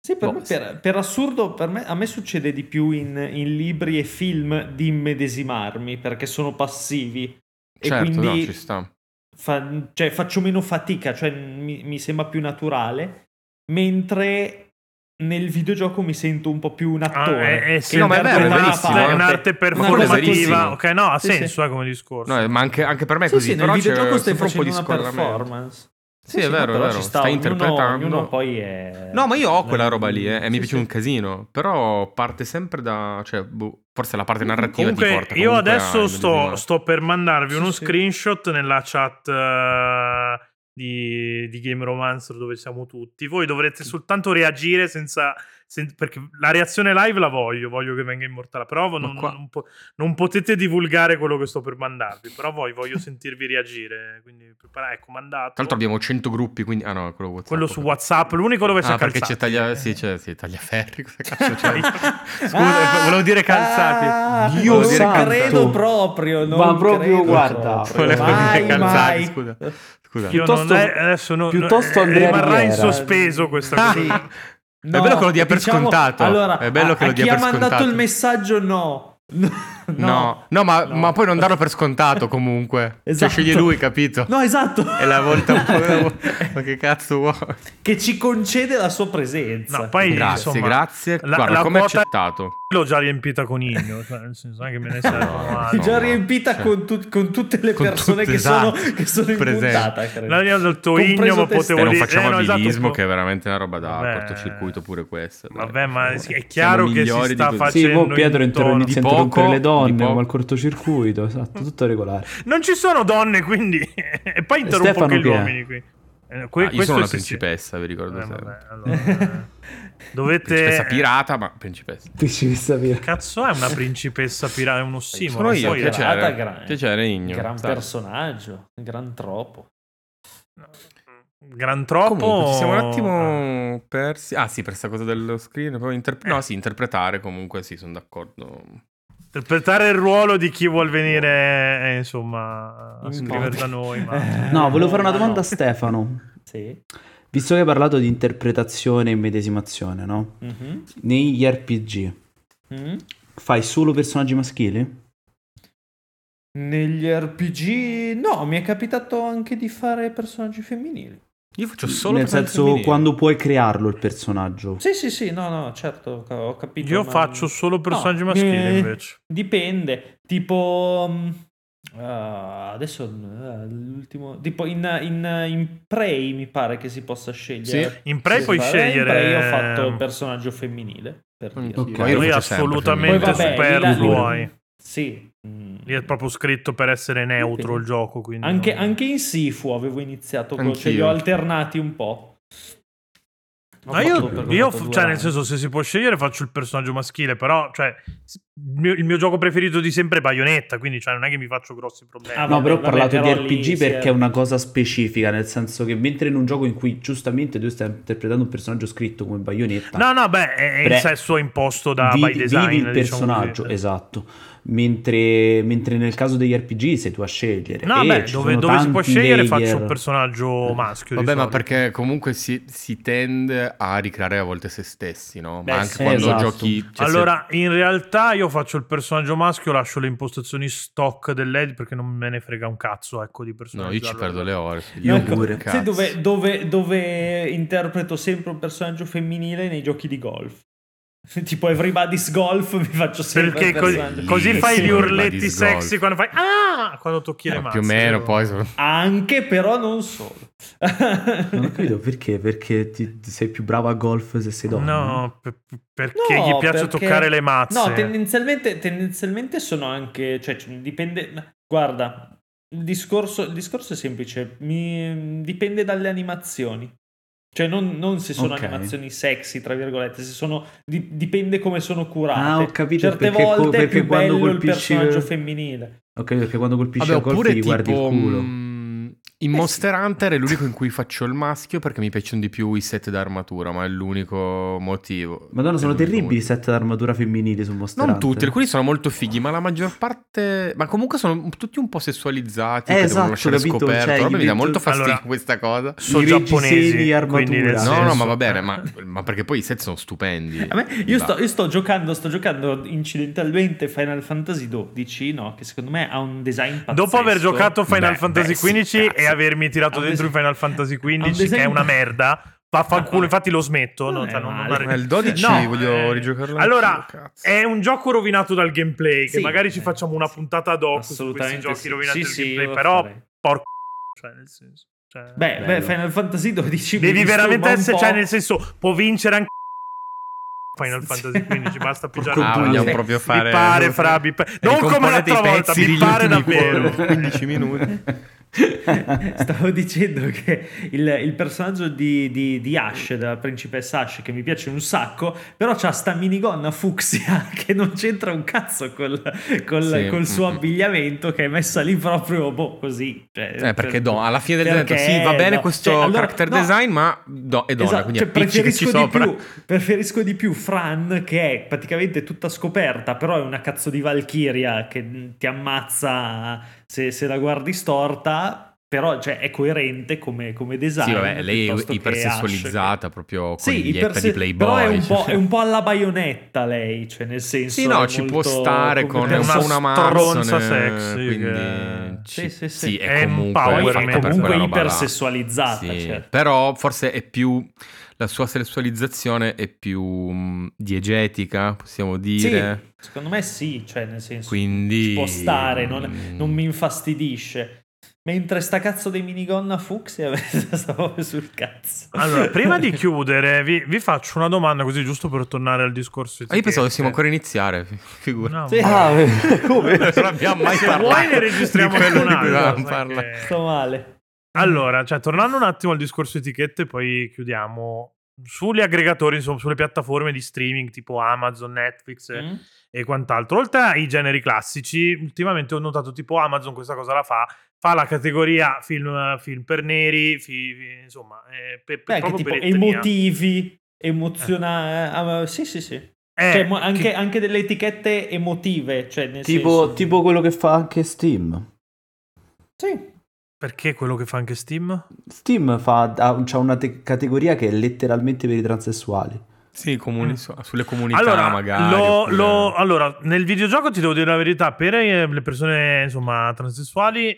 Speaker 4: Sì, per,
Speaker 3: Boh,
Speaker 4: me,
Speaker 3: sì.
Speaker 4: per, per assurdo, per me, a me succede di più in, in libri e film di immedesimarmi perché sono passivi. E
Speaker 3: Certo,
Speaker 4: quindi
Speaker 3: no, ci sta.
Speaker 4: fa- cioè, faccio meno fatica, cioè mi, mi sembra più naturale, mentre nel videogioco mi sento un po' più un
Speaker 1: Ah,
Speaker 3: eh,
Speaker 4: attore.
Speaker 1: è, è,
Speaker 4: che
Speaker 1: no,
Speaker 3: ma è vero, è
Speaker 4: interpreta una
Speaker 3: verissimo,
Speaker 1: è
Speaker 4: parte.
Speaker 3: eh.
Speaker 1: un'arte
Speaker 4: Una cosa
Speaker 1: performativa.
Speaker 3: verissima.
Speaker 1: Ok, no, ha
Speaker 4: Sì,
Speaker 1: senso eh, come discorso.
Speaker 3: No, ma anche, anche per me è
Speaker 4: Sì,
Speaker 3: così.
Speaker 4: sì, nel
Speaker 3: però c'è
Speaker 4: videogioco stai
Speaker 3: sempre un po'
Speaker 4: facendo
Speaker 3: di
Speaker 4: una
Speaker 3: scollamento.
Speaker 4: performance.
Speaker 3: Sì, è
Speaker 4: ma
Speaker 3: vero, è
Speaker 4: però
Speaker 3: vero.
Speaker 4: ci
Speaker 3: Sta
Speaker 4: ognuno-
Speaker 3: interpretando.
Speaker 4: Ognuno poi è...
Speaker 3: No, ma io ho quella
Speaker 4: la-
Speaker 3: roba lì, eh, e mi
Speaker 4: sì,
Speaker 3: piace
Speaker 4: sì.
Speaker 3: un casino. Però parte sempre da. Cioè, boh, forse la parte narrativa ti
Speaker 1: Comunque,
Speaker 3: porta.
Speaker 1: io
Speaker 3: comunque a
Speaker 1: adesso sto,
Speaker 3: immedesimare.
Speaker 1: sto per mandarvi
Speaker 4: Sì,
Speaker 1: uno
Speaker 4: sì.
Speaker 1: screenshot nella chat eh, di, di Game Romancer dove siamo tutti. Voi dovrete soltanto reagire senza. sen- perché la reazione live la voglio, voglio che venga immortale. Però non,
Speaker 3: qua-
Speaker 1: non po- non potete divulgare quello che sto per mandarvi. Però voi voglio sentirvi reagire. Quindi, prepara- ecco, mandato.
Speaker 3: Tra l'altro abbiamo 100 gruppi, quindi... Ah no, quello WhatsApp.
Speaker 1: quello su WhatsApp, l'unico dove c'è
Speaker 3: Ah, perché c'è
Speaker 1: Calzati.
Speaker 3: taglia... Sì, c'è, sì, tagliaferri. Cosa cazzo cioè, c'è?
Speaker 1: Scusa, volevo dire calzati.
Speaker 4: Ah,
Speaker 2: Dio
Speaker 4: non
Speaker 2: santo.
Speaker 4: credo proprio. Non
Speaker 2: Ma proprio,
Speaker 4: credo
Speaker 2: guarda,
Speaker 4: proprio.
Speaker 3: Volevo
Speaker 4: Mai,
Speaker 3: dire calzati,
Speaker 4: mai.
Speaker 3: scusa. Scusa.
Speaker 1: Io
Speaker 2: Piuttosto-
Speaker 1: non è- adesso no-
Speaker 2: piuttosto
Speaker 1: no-
Speaker 2: Andrea
Speaker 1: rimarrà in
Speaker 2: Riera.
Speaker 1: sospeso questa cosa.
Speaker 4: Sì.
Speaker 3: È bello che lo dia per scontato.
Speaker 4: Ah. diciamo, Allora,
Speaker 3: È bello
Speaker 4: a-
Speaker 3: che lo
Speaker 4: a
Speaker 3: dia
Speaker 4: chi
Speaker 3: per
Speaker 4: ha mandato
Speaker 3: scontato.
Speaker 4: il messaggio, no. No,
Speaker 3: No, no, ma,
Speaker 4: No.
Speaker 3: ma poi non darlo per scontato comunque.
Speaker 4: Esatto.
Speaker 3: Cioè, sceglie lui, capito?
Speaker 4: No, esatto.
Speaker 3: È la volta un po'... ma che cazzo vuoi?
Speaker 4: che ci concede la sua presenza.
Speaker 1: No, poi
Speaker 3: Grazie,
Speaker 1: Eh, insomma,
Speaker 3: grazie.
Speaker 1: la-
Speaker 3: Guarda,
Speaker 1: la
Speaker 3: come è
Speaker 1: quota-
Speaker 3: accettato?
Speaker 1: l'ho già riempita con Igno, cioè, nel senso non è che me ne servono
Speaker 3: Eh, No,
Speaker 1: altri.
Speaker 4: Già
Speaker 3: no,
Speaker 4: riempita
Speaker 3: cioè-
Speaker 4: con, tu- con tutte le
Speaker 3: Con
Speaker 4: persone
Speaker 3: tutte,
Speaker 4: che, sono,
Speaker 3: esatto,
Speaker 4: che sono in
Speaker 3: presenti.
Speaker 4: puntata, credo.
Speaker 1: L'avevo detto
Speaker 4: Compreso
Speaker 1: Igno, ma
Speaker 4: te
Speaker 1: potevo
Speaker 3: E Cioè, non
Speaker 1: dire-
Speaker 3: facciamo
Speaker 1: eh, no, esatto,
Speaker 3: abilismo,
Speaker 1: po-
Speaker 3: che è veramente una roba da
Speaker 1: Vabbè.
Speaker 3: cortocircuito pure questa. dai.
Speaker 1: Vabbè, ma è
Speaker 3: Siamo
Speaker 1: chiaro che si
Speaker 3: migliori di
Speaker 1: sta
Speaker 3: così.
Speaker 1: facendo
Speaker 2: Sì, mo
Speaker 1: in
Speaker 2: Pietro inter-
Speaker 1: tono.
Speaker 2: inizia a
Speaker 3: Di poco,
Speaker 2: interrompere le
Speaker 3: di
Speaker 2: donne,
Speaker 3: poco.
Speaker 2: ma il cortocircuito, esatto, tutto regolare.
Speaker 1: Non ci sono donne, quindi e poi interrompo
Speaker 2: Stefano
Speaker 1: anche gli
Speaker 2: chi è?
Speaker 1: uomini qui. Eh, que-
Speaker 3: Ah, io
Speaker 1: questo
Speaker 3: sono una
Speaker 1: sì, sì.
Speaker 3: principessa, vi ricordo
Speaker 1: Eh,
Speaker 3: sempre.
Speaker 1: vabbè, allora, eh, dovete
Speaker 3: Principessa pirata, ma principessa.
Speaker 2: Dici che sapere.
Speaker 1: Cazzo, è una principessa pirata, è un ossimoro.
Speaker 3: Eh, Sono io,
Speaker 1: poi-
Speaker 4: piace- pirata,
Speaker 3: piacere.
Speaker 4: gran-
Speaker 3: Piacere, Igno.
Speaker 4: gran
Speaker 3: Sai.
Speaker 4: personaggio, gran troppo.
Speaker 1: eh, Gran troppo.
Speaker 3: Comunque, ci siamo un
Speaker 1: Ah.
Speaker 3: attimo persi. Ah, sì, per sta cosa dello screen. Poi inter-
Speaker 1: Eh.
Speaker 3: No, sì, interpretare comunque, sì, sono d'accordo.
Speaker 1: Interpretare il ruolo di chi vuol venire, eh, insomma, a
Speaker 4: In
Speaker 1: scrivere
Speaker 4: podcast.
Speaker 1: da noi. Ma...
Speaker 2: Eh, No, volevo fare una
Speaker 4: ma
Speaker 2: domanda
Speaker 4: no.
Speaker 2: a Stefano.
Speaker 4: Sì.
Speaker 2: Visto che hai parlato di interpretazione e medesimazione, no?
Speaker 4: Mhm.
Speaker 2: Negli RPG
Speaker 4: Mm.
Speaker 2: fai solo personaggi maschili?
Speaker 4: Negli RPG, no, mi è capitato anche di fare personaggi femminili.
Speaker 3: Io faccio solo
Speaker 2: Nel
Speaker 3: personaggi
Speaker 2: senso,
Speaker 3: femminili.
Speaker 2: quando puoi crearlo il personaggio.
Speaker 4: Sì, sì, sì, no, no, certo, ca- ho capito.
Speaker 1: Io
Speaker 4: ma-
Speaker 1: faccio solo personaggi
Speaker 4: No,
Speaker 1: maschili
Speaker 4: eh,
Speaker 1: invece.
Speaker 4: Dipende, tipo... mh, eh, adesso eh, l'ultimo... Tipo in, in, in Prey mi pare che si possa scegliere.
Speaker 3: Sì.
Speaker 1: In pre
Speaker 4: Sì,
Speaker 1: puoi
Speaker 4: fare-
Speaker 1: scegliere. ehm,
Speaker 4: In Prey ho fatto il personaggio femminile. Per
Speaker 3: Mm,
Speaker 4: dire.
Speaker 2: Ok.
Speaker 3: ma io lo
Speaker 1: Lui è
Speaker 3: faccio sempre,
Speaker 1: assolutamente
Speaker 3: quindi-
Speaker 1: vabbè, superfluo, eh.
Speaker 4: Sì. mm.
Speaker 1: Lì è proprio scritto per essere neutro il gioco. Quindi
Speaker 4: Anche,
Speaker 1: non-
Speaker 4: anche in Sifu avevo iniziato con... Cioè
Speaker 3: Anch'io.
Speaker 4: li ho alternati un po'. Ho
Speaker 1: Ma
Speaker 4: fatto
Speaker 1: io,
Speaker 4: per-
Speaker 1: io
Speaker 4: ho fatto due
Speaker 1: cioè, nel
Speaker 4: round.
Speaker 1: senso, se si può scegliere, faccio il personaggio maschile. Però, cioè, s- il mio, il mio gioco preferito di sempre è Bayonetta. Quindi, cioè, non è che mi faccio grossi problemi.
Speaker 4: Ah,
Speaker 2: No,
Speaker 4: vabbè,
Speaker 2: però ho
Speaker 4: vabbè,
Speaker 2: parlato
Speaker 4: però
Speaker 2: di
Speaker 4: lì si
Speaker 2: RPG
Speaker 4: è-
Speaker 2: perché è una cosa specifica, nel senso che mentre in un gioco in cui giustamente tu stai interpretando un personaggio scritto come Bayonetta,
Speaker 1: no, no, beh, è, è il
Speaker 2: Pre-
Speaker 1: sesso imposto da
Speaker 2: vivi,
Speaker 1: by design.
Speaker 2: vivi
Speaker 1: diciamo
Speaker 2: il personaggio,
Speaker 1: così.
Speaker 2: esatto. Mentre, mentre nel caso degli RPG sei tu a scegliere.
Speaker 1: No,
Speaker 2: E
Speaker 1: beh,
Speaker 2: eh, ci
Speaker 1: dove,
Speaker 2: sono
Speaker 1: dove si può
Speaker 2: tanti
Speaker 1: scegliere,
Speaker 2: layer. Eh,
Speaker 1: faccio un personaggio maschio. di
Speaker 3: Vabbè, ma
Speaker 1: solito.
Speaker 3: perché comunque si, si tende a ricreare a volte se stessi, no?
Speaker 4: Beh,
Speaker 3: ma anche
Speaker 4: sì.
Speaker 3: quando
Speaker 2: Esatto.
Speaker 3: giochi... cioè, se-
Speaker 1: allora, in realtà io faccio il personaggio maschio, lascio le impostazioni stock dell'ed perché non me ne frega un cazzo, ecco, di
Speaker 3: No,
Speaker 1: personaggio.
Speaker 3: io ci perdo le ore.
Speaker 2: Io
Speaker 4: Ecco,
Speaker 2: pure.
Speaker 4: sai dove, dove- dove interpreto sempre un personaggio femminile nei giochi di golf? Tipo Everybody's Golf mi faccio sempre
Speaker 1: Perché
Speaker 4: il
Speaker 1: così,
Speaker 4: personaggio.
Speaker 1: così
Speaker 3: Sì,
Speaker 1: fai
Speaker 3: sì.
Speaker 1: gli urletti
Speaker 3: Everybody's
Speaker 1: sexy
Speaker 3: golf.
Speaker 1: quando fai ah! quando tocchi le
Speaker 3: Ma
Speaker 1: mani.
Speaker 3: Eh, più o meno, poi... sono-
Speaker 4: Anche però non solo.
Speaker 2: Non ho capito perché, perché ti- ti sei più brava a golf se sei donna.
Speaker 1: No, per- perché
Speaker 4: No,
Speaker 1: gli piace
Speaker 4: perché-
Speaker 1: toccare le mazze.
Speaker 4: No, tendenzialmente, tendenzialmente sono anche... Cioè, c- dipende... Guarda, il discorso, il discorso è semplice. Mi, dipende dalle animazioni. Cioè, non, non se sono
Speaker 2: Ok.
Speaker 4: animazioni sexy, tra virgolette, se sono, di- dipende come sono curate.
Speaker 2: Ah, ho capito,
Speaker 4: Certe
Speaker 2: perché co-
Speaker 4: volte è
Speaker 2: perché
Speaker 4: più
Speaker 2: quando
Speaker 4: bello il
Speaker 2: colpisci-
Speaker 4: personaggio femminile.
Speaker 2: Ok, perché quando colpisci
Speaker 3: Vabbè,
Speaker 2: a golf
Speaker 3: oppure
Speaker 2: gli guardi il
Speaker 3: tipo... mm,
Speaker 2: culo.
Speaker 3: mh,
Speaker 4: Eh
Speaker 3: In Monster Hunter è l'unico in cui faccio il maschio perché mi piacciono di più i set d'armatura, ma è l'unico motivo.
Speaker 2: Madonna,
Speaker 3: È
Speaker 2: sono
Speaker 3: l'unico
Speaker 2: terribili i
Speaker 3: motivo.
Speaker 2: set d'armatura femminili su Monster
Speaker 3: eh, Non
Speaker 2: Hunter.
Speaker 3: tutti, alcuni sono molto fighi, ma la maggior parte. Ma comunque sono tutti un po' sessualizzati.
Speaker 2: Eh,
Speaker 3: che
Speaker 2: esatto,
Speaker 3: devono lasciare
Speaker 2: capito,
Speaker 3: scoperto.
Speaker 2: cioè,
Speaker 3: roba
Speaker 2: gli
Speaker 3: mi dà
Speaker 2: metto-
Speaker 3: molto fastidio
Speaker 1: Allora,
Speaker 3: questi questa cosa.
Speaker 1: sono
Speaker 2: i
Speaker 1: giapponesi,
Speaker 2: reggiseni armatura.
Speaker 1: quindi nel
Speaker 2: No,
Speaker 3: No, no,
Speaker 1: senso-
Speaker 3: ma va bene, ma, ma perché poi i set sono stupendi.
Speaker 4: Eh. A me- io,
Speaker 3: Bah.
Speaker 4: sto, io sto giocando, sto giocando incidentalmente Final Fantasy XII, no? Che secondo me ha un design pazzesco.
Speaker 1: Dopo aver giocato Final
Speaker 3: Beh,
Speaker 1: Fantasy
Speaker 3: beh, sì,
Speaker 1: XV e
Speaker 3: cazzo.
Speaker 1: avermi tirato
Speaker 4: ha un
Speaker 1: dentro in
Speaker 4: esempio-
Speaker 1: Final Fantasy
Speaker 4: ha un
Speaker 1: XV, che è
Speaker 4: esempio- Eh,
Speaker 1: una merda. Vaffanculo, infatti lo smetto. no,
Speaker 4: Non è
Speaker 1: cioè, non- non
Speaker 4: male.
Speaker 1: arri-
Speaker 3: Ma il 12
Speaker 1: No,
Speaker 3: voglio
Speaker 1: eh,
Speaker 3: rigiocarlo.
Speaker 1: Allora,
Speaker 3: anch'io, cazzo.
Speaker 4: eh,
Speaker 1: è un gioco rovinato dal gameplay. Che
Speaker 4: Sì,
Speaker 1: magari ci
Speaker 4: eh,
Speaker 1: facciamo una
Speaker 4: sì.
Speaker 1: puntata ad hoc su questi
Speaker 4: Assolutamente
Speaker 1: giochi
Speaker 4: sì.
Speaker 1: rovinati
Speaker 4: Sì,
Speaker 1: dal
Speaker 4: sì,
Speaker 1: gameplay.
Speaker 4: lo
Speaker 1: Però,
Speaker 4: farei.
Speaker 1: porco. Cioè, nel senso. cioè-
Speaker 4: Beh, beh,
Speaker 2: Bello.
Speaker 4: Final Fantasy XII. mi
Speaker 1: Devi
Speaker 4: disturba
Speaker 1: veramente
Speaker 4: un
Speaker 1: essere,
Speaker 4: po'.
Speaker 1: cioè, nel senso, può vincere anche Final
Speaker 4: Sì.
Speaker 1: Fantasy XV. Basta pigiare
Speaker 3: Ah,
Speaker 2: Porco
Speaker 1: la
Speaker 3: vogliamo
Speaker 2: Sì.
Speaker 3: proprio fare. Eh,
Speaker 1: Mi pare, fra, mi pa- non come l'altra
Speaker 3: ricomponete i
Speaker 1: volta,
Speaker 3: pezzi
Speaker 1: mi
Speaker 3: degli
Speaker 1: pare
Speaker 3: ultimi
Speaker 1: davvero.
Speaker 3: 15 minuti.
Speaker 4: Stavo dicendo che il, il personaggio di, di- di Ash, della principessa Ash, che mi piace un sacco, però c'ha sta minigonna fucsia che non c'entra un cazzo col, col-
Speaker 3: Sì.
Speaker 4: col suo
Speaker 3: Mm.
Speaker 4: abbigliamento che è messa lì proprio boh, così. Cioè,
Speaker 3: Eh, perché do, alla fine del
Speaker 4: perché
Speaker 3: detto, sì, va bene
Speaker 4: no.
Speaker 3: questo
Speaker 4: Cioè, allora,
Speaker 3: character
Speaker 4: no.
Speaker 3: design, ma do, è donna,
Speaker 4: Esatto,
Speaker 3: quindi
Speaker 4: cioè,
Speaker 3: appiccicaci
Speaker 4: preferisco, di
Speaker 3: sopra.
Speaker 4: più, preferisco di più Fran che è praticamente tutta scoperta, però è una cazzo di Valchiria che mh, ti ammazza se, se la guardi storta, però cioè, è coerente come, come design.
Speaker 3: Sì, vabbè, lei è
Speaker 4: piuttosto che Ash.
Speaker 3: ipersessualizzata proprio con
Speaker 4: Sì,
Speaker 3: gli
Speaker 4: iperse-
Speaker 3: di Playboy.
Speaker 4: però è un, po',
Speaker 3: cioè.
Speaker 4: è un po' alla baionetta lei, cioè nel senso...
Speaker 3: Sì, no,
Speaker 4: è
Speaker 3: ci
Speaker 4: molto
Speaker 3: può stare
Speaker 4: come
Speaker 3: con
Speaker 4: te-
Speaker 3: un
Speaker 1: una
Speaker 3: po' una
Speaker 1: stronza
Speaker 3: marzone,
Speaker 1: sexy
Speaker 3: quindi
Speaker 1: che-
Speaker 3: ci-
Speaker 4: Sì, sì, sì.
Speaker 1: È
Speaker 3: è comunque
Speaker 1: empowerment.
Speaker 3: fatta
Speaker 1: È
Speaker 3: per
Speaker 1: comunque
Speaker 3: quella roba là.
Speaker 4: ipersessualizzata,
Speaker 3: Sì,
Speaker 4: certo.
Speaker 3: però forse è più la sua sessualizzazione è più mh, diegetica, possiamo dire.
Speaker 4: Sì, secondo me sì, cioè nel senso...
Speaker 3: Quindi mm.
Speaker 4: Ci può stare, non, non mi infastidisce. Mentre sta cazzo di minigonna fucsia stavo proprio sul cazzo.
Speaker 1: Allora, prima di chiudere, vi, vi faccio una domanda così giusto per tornare al discorso.
Speaker 3: Ah, io pensavo
Speaker 1: etichette.
Speaker 3: dovessimo ancora iniziare, fi- figura.
Speaker 1: No,
Speaker 4: Sì.
Speaker 1: ma-
Speaker 2: Ah, come?
Speaker 3: Non abbiamo mai
Speaker 1: se
Speaker 3: parlato.
Speaker 1: vuoi ne registriamo
Speaker 3: di
Speaker 1: anche
Speaker 3: quello di cui
Speaker 1: un'altra,
Speaker 3: volevamo
Speaker 1: sai
Speaker 3: parlare.
Speaker 1: che-
Speaker 4: Sto male.
Speaker 1: Allora, cioè, tornando un attimo al discorso etichette, poi chiudiamo. Sugli aggregatori, insomma, sulle piattaforme di streaming tipo Amazon, Netflix e-
Speaker 4: Mm?
Speaker 1: e quant'altro, oltre ai generi classici, ultimamente ho notato tipo Amazon questa cosa la fa, fa la categoria film, film per neri, fi- fi- insomma, eh, per,
Speaker 4: Beh,
Speaker 1: per-
Speaker 4: anche
Speaker 1: proprio
Speaker 4: tipo
Speaker 1: per etnia.
Speaker 4: emotivi, emozionali. sì, sì, sì.
Speaker 1: Eh,
Speaker 4: Cioè, mo- anche,
Speaker 1: che-
Speaker 4: anche delle etichette emotive. Cioè, nel
Speaker 2: tipo,
Speaker 4: senso-
Speaker 2: tipo quello che fa anche Steam.
Speaker 4: Sì.
Speaker 1: Perché quello che fa anche Steam?
Speaker 2: Steam fa, ha, c'ha una te- categoria che è letteralmente per i transessuali.
Speaker 3: Sì, comuni- su- sulle comunità
Speaker 1: Eh. Allora,
Speaker 3: magari.
Speaker 1: lo-
Speaker 3: oppure-
Speaker 1: lo- allora, nel videogioco ti devo dire la verità, per eh, le persone insomma transessuali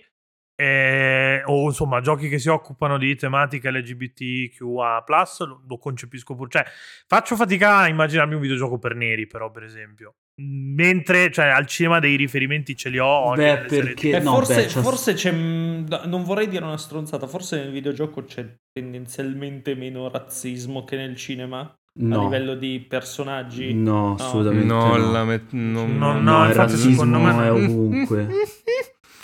Speaker 1: eh, o insomma giochi che si occupano di tematiche LGBTQA+, lo, lo concepisco pure, cioè faccio fatica a immaginarmi un videogioco per neri però per esempio. Mentre cioè, al cinema dei riferimenti ce li ho. anche
Speaker 2: Beh,
Speaker 1: nelle serie
Speaker 2: perché-
Speaker 1: TV.
Speaker 4: Eh,
Speaker 2: no,
Speaker 4: forse,
Speaker 2: beh, c'è-
Speaker 4: forse c'è. mh, no, Non vorrei dire una stronzata. Forse nel videogioco c'è tendenzialmente meno razzismo che nel cinema. A
Speaker 2: No,
Speaker 4: livello di personaggi.
Speaker 2: no, assolutamente
Speaker 3: No,
Speaker 2: no.
Speaker 3: la met- non-
Speaker 1: No,
Speaker 3: non-
Speaker 1: no,
Speaker 2: il
Speaker 1: infatti secondo
Speaker 2: razzismo
Speaker 1: me-
Speaker 2: è ovunque.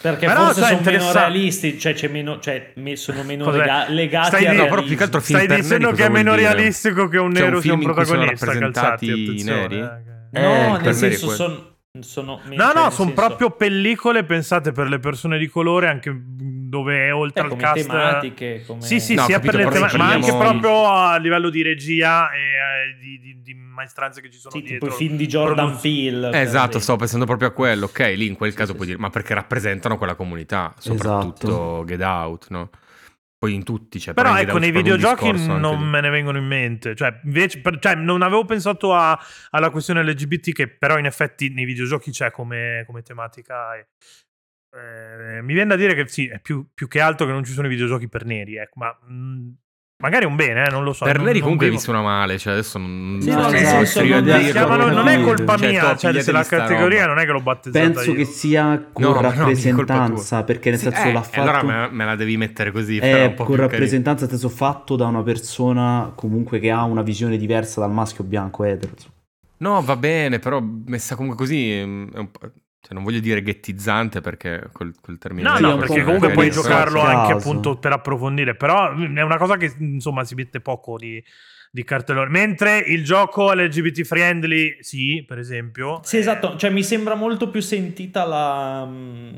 Speaker 4: Perché
Speaker 1: Però,
Speaker 4: forse
Speaker 1: cioè,
Speaker 4: sono meno
Speaker 1: interessa-
Speaker 4: realisti, cioè, c'è meno, cioè me- sono meno
Speaker 1: Cos'è?
Speaker 4: lega- legati
Speaker 1: Stai
Speaker 4: al
Speaker 1: di-
Speaker 3: No,
Speaker 1: realismo.
Speaker 3: però più che altro film
Speaker 1: Stai
Speaker 3: per neri
Speaker 1: dicendo
Speaker 3: cosa
Speaker 1: che è
Speaker 3: vuol
Speaker 1: meno
Speaker 3: dire?
Speaker 1: realistico che un
Speaker 3: C'è
Speaker 1: nero sia
Speaker 3: film
Speaker 1: un
Speaker 3: in cui sono
Speaker 1: protagonista, calzati,
Speaker 3: rappresentati i
Speaker 1: attenzione.
Speaker 3: neri?
Speaker 1: eh, che-
Speaker 2: Eh,
Speaker 4: No,
Speaker 2: per
Speaker 4: nel
Speaker 2: me
Speaker 4: senso
Speaker 3: è
Speaker 4: sono... sono
Speaker 1: No,
Speaker 4: cioè,
Speaker 1: no,
Speaker 4: nel
Speaker 1: sono
Speaker 4: senso-
Speaker 1: proprio pellicole pensate per le persone di colore, anche dove
Speaker 4: eh,
Speaker 1: oltre al
Speaker 4: come
Speaker 1: cast.
Speaker 4: tematiche, come...
Speaker 1: Sì, sì,
Speaker 3: No,
Speaker 1: sia
Speaker 3: capito,
Speaker 1: per le
Speaker 3: però
Speaker 1: tematiche, ma anche
Speaker 3: parliamo-
Speaker 1: proprio a livello di regia e eh, di, di- di maestranze che ci sono
Speaker 4: Sì, tipo
Speaker 1: dietro.
Speaker 4: i film di Jordan
Speaker 1: Produz-
Speaker 4: Peele.
Speaker 3: Eh,
Speaker 4: per
Speaker 3: esatto,
Speaker 4: esempio.
Speaker 3: stavo pensando proprio a quello. Ok, lì in quel
Speaker 4: Sì,
Speaker 3: caso
Speaker 4: sì,
Speaker 3: puoi
Speaker 4: sì.
Speaker 3: dire,
Speaker 4: Esatto.
Speaker 3: ma perché rappresentano quella comunità, soprattutto Get Out, no? Poi in tutti, cioè,
Speaker 1: Però
Speaker 3: in Get
Speaker 1: ecco,
Speaker 3: Out
Speaker 1: nei
Speaker 3: c'è proprio un
Speaker 1: videogiochi
Speaker 3: discorso anche
Speaker 1: non
Speaker 3: di-
Speaker 1: me ne vengono in mente. Cioè, invece, per- cioè, non avevo pensato a- alla questione LGBT, che però in effetti nei videogiochi c'è come, come tematica. e- eh, mi viene da dire che sì, è più, più che altro che non ci sono i videogiochi per neri, ecco, ma mh, magari è un bene, eh, non lo so.
Speaker 3: Per
Speaker 1: non-
Speaker 3: Neri
Speaker 1: non
Speaker 3: comunque mi
Speaker 1: vivo-
Speaker 3: suona male, cioè adesso non...
Speaker 4: Sì,
Speaker 3: non
Speaker 4: no,
Speaker 3: so
Speaker 4: nel
Speaker 3: se
Speaker 4: senso,
Speaker 3: riuscirò a
Speaker 4: non-
Speaker 1: La
Speaker 3: dirlo,
Speaker 1: chiamano- non è
Speaker 3: però-
Speaker 1: colpa
Speaker 3: cioè,
Speaker 1: mia,
Speaker 3: toh,
Speaker 1: cioè se
Speaker 3: pigliatevi
Speaker 1: la
Speaker 3: sta roba.
Speaker 1: categoria non è che l'ho battezzata
Speaker 2: Penso
Speaker 1: io.
Speaker 2: che sia con
Speaker 3: Esatto, No, ma no, mica è colpa
Speaker 2: rappresentanza,
Speaker 3: tua.
Speaker 2: perché nel
Speaker 3: Sì,
Speaker 2: senso
Speaker 3: eh,
Speaker 2: l'ha
Speaker 3: e
Speaker 2: fatto...
Speaker 3: Allora me, me la devi mettere
Speaker 4: Eh,
Speaker 3: così, però
Speaker 2: è
Speaker 3: un po'
Speaker 2: con
Speaker 3: più
Speaker 2: rappresentanza nel senso fatto da una persona comunque che ha una visione diversa dal maschio bianco etero.
Speaker 3: carino. No, va bene, però messa comunque così ehm, è un po'- Cioè, non voglio dire ghettizzante perché quel, quel termine...
Speaker 1: No,
Speaker 3: lì,
Speaker 2: Sì, è
Speaker 1: no,
Speaker 2: un
Speaker 1: perché
Speaker 2: po'
Speaker 1: comunque
Speaker 2: un
Speaker 1: puoi
Speaker 2: caso.
Speaker 1: giocarlo
Speaker 2: Caso.
Speaker 1: anche appunto per approfondire, però mm, è una cosa che insomma si mette poco di, di cartellone. Mentre il gioco LGBT friendly, sì, per esempio.
Speaker 4: Sì,
Speaker 1: eh,
Speaker 4: esatto, cioè mi sembra molto più sentita la, mm,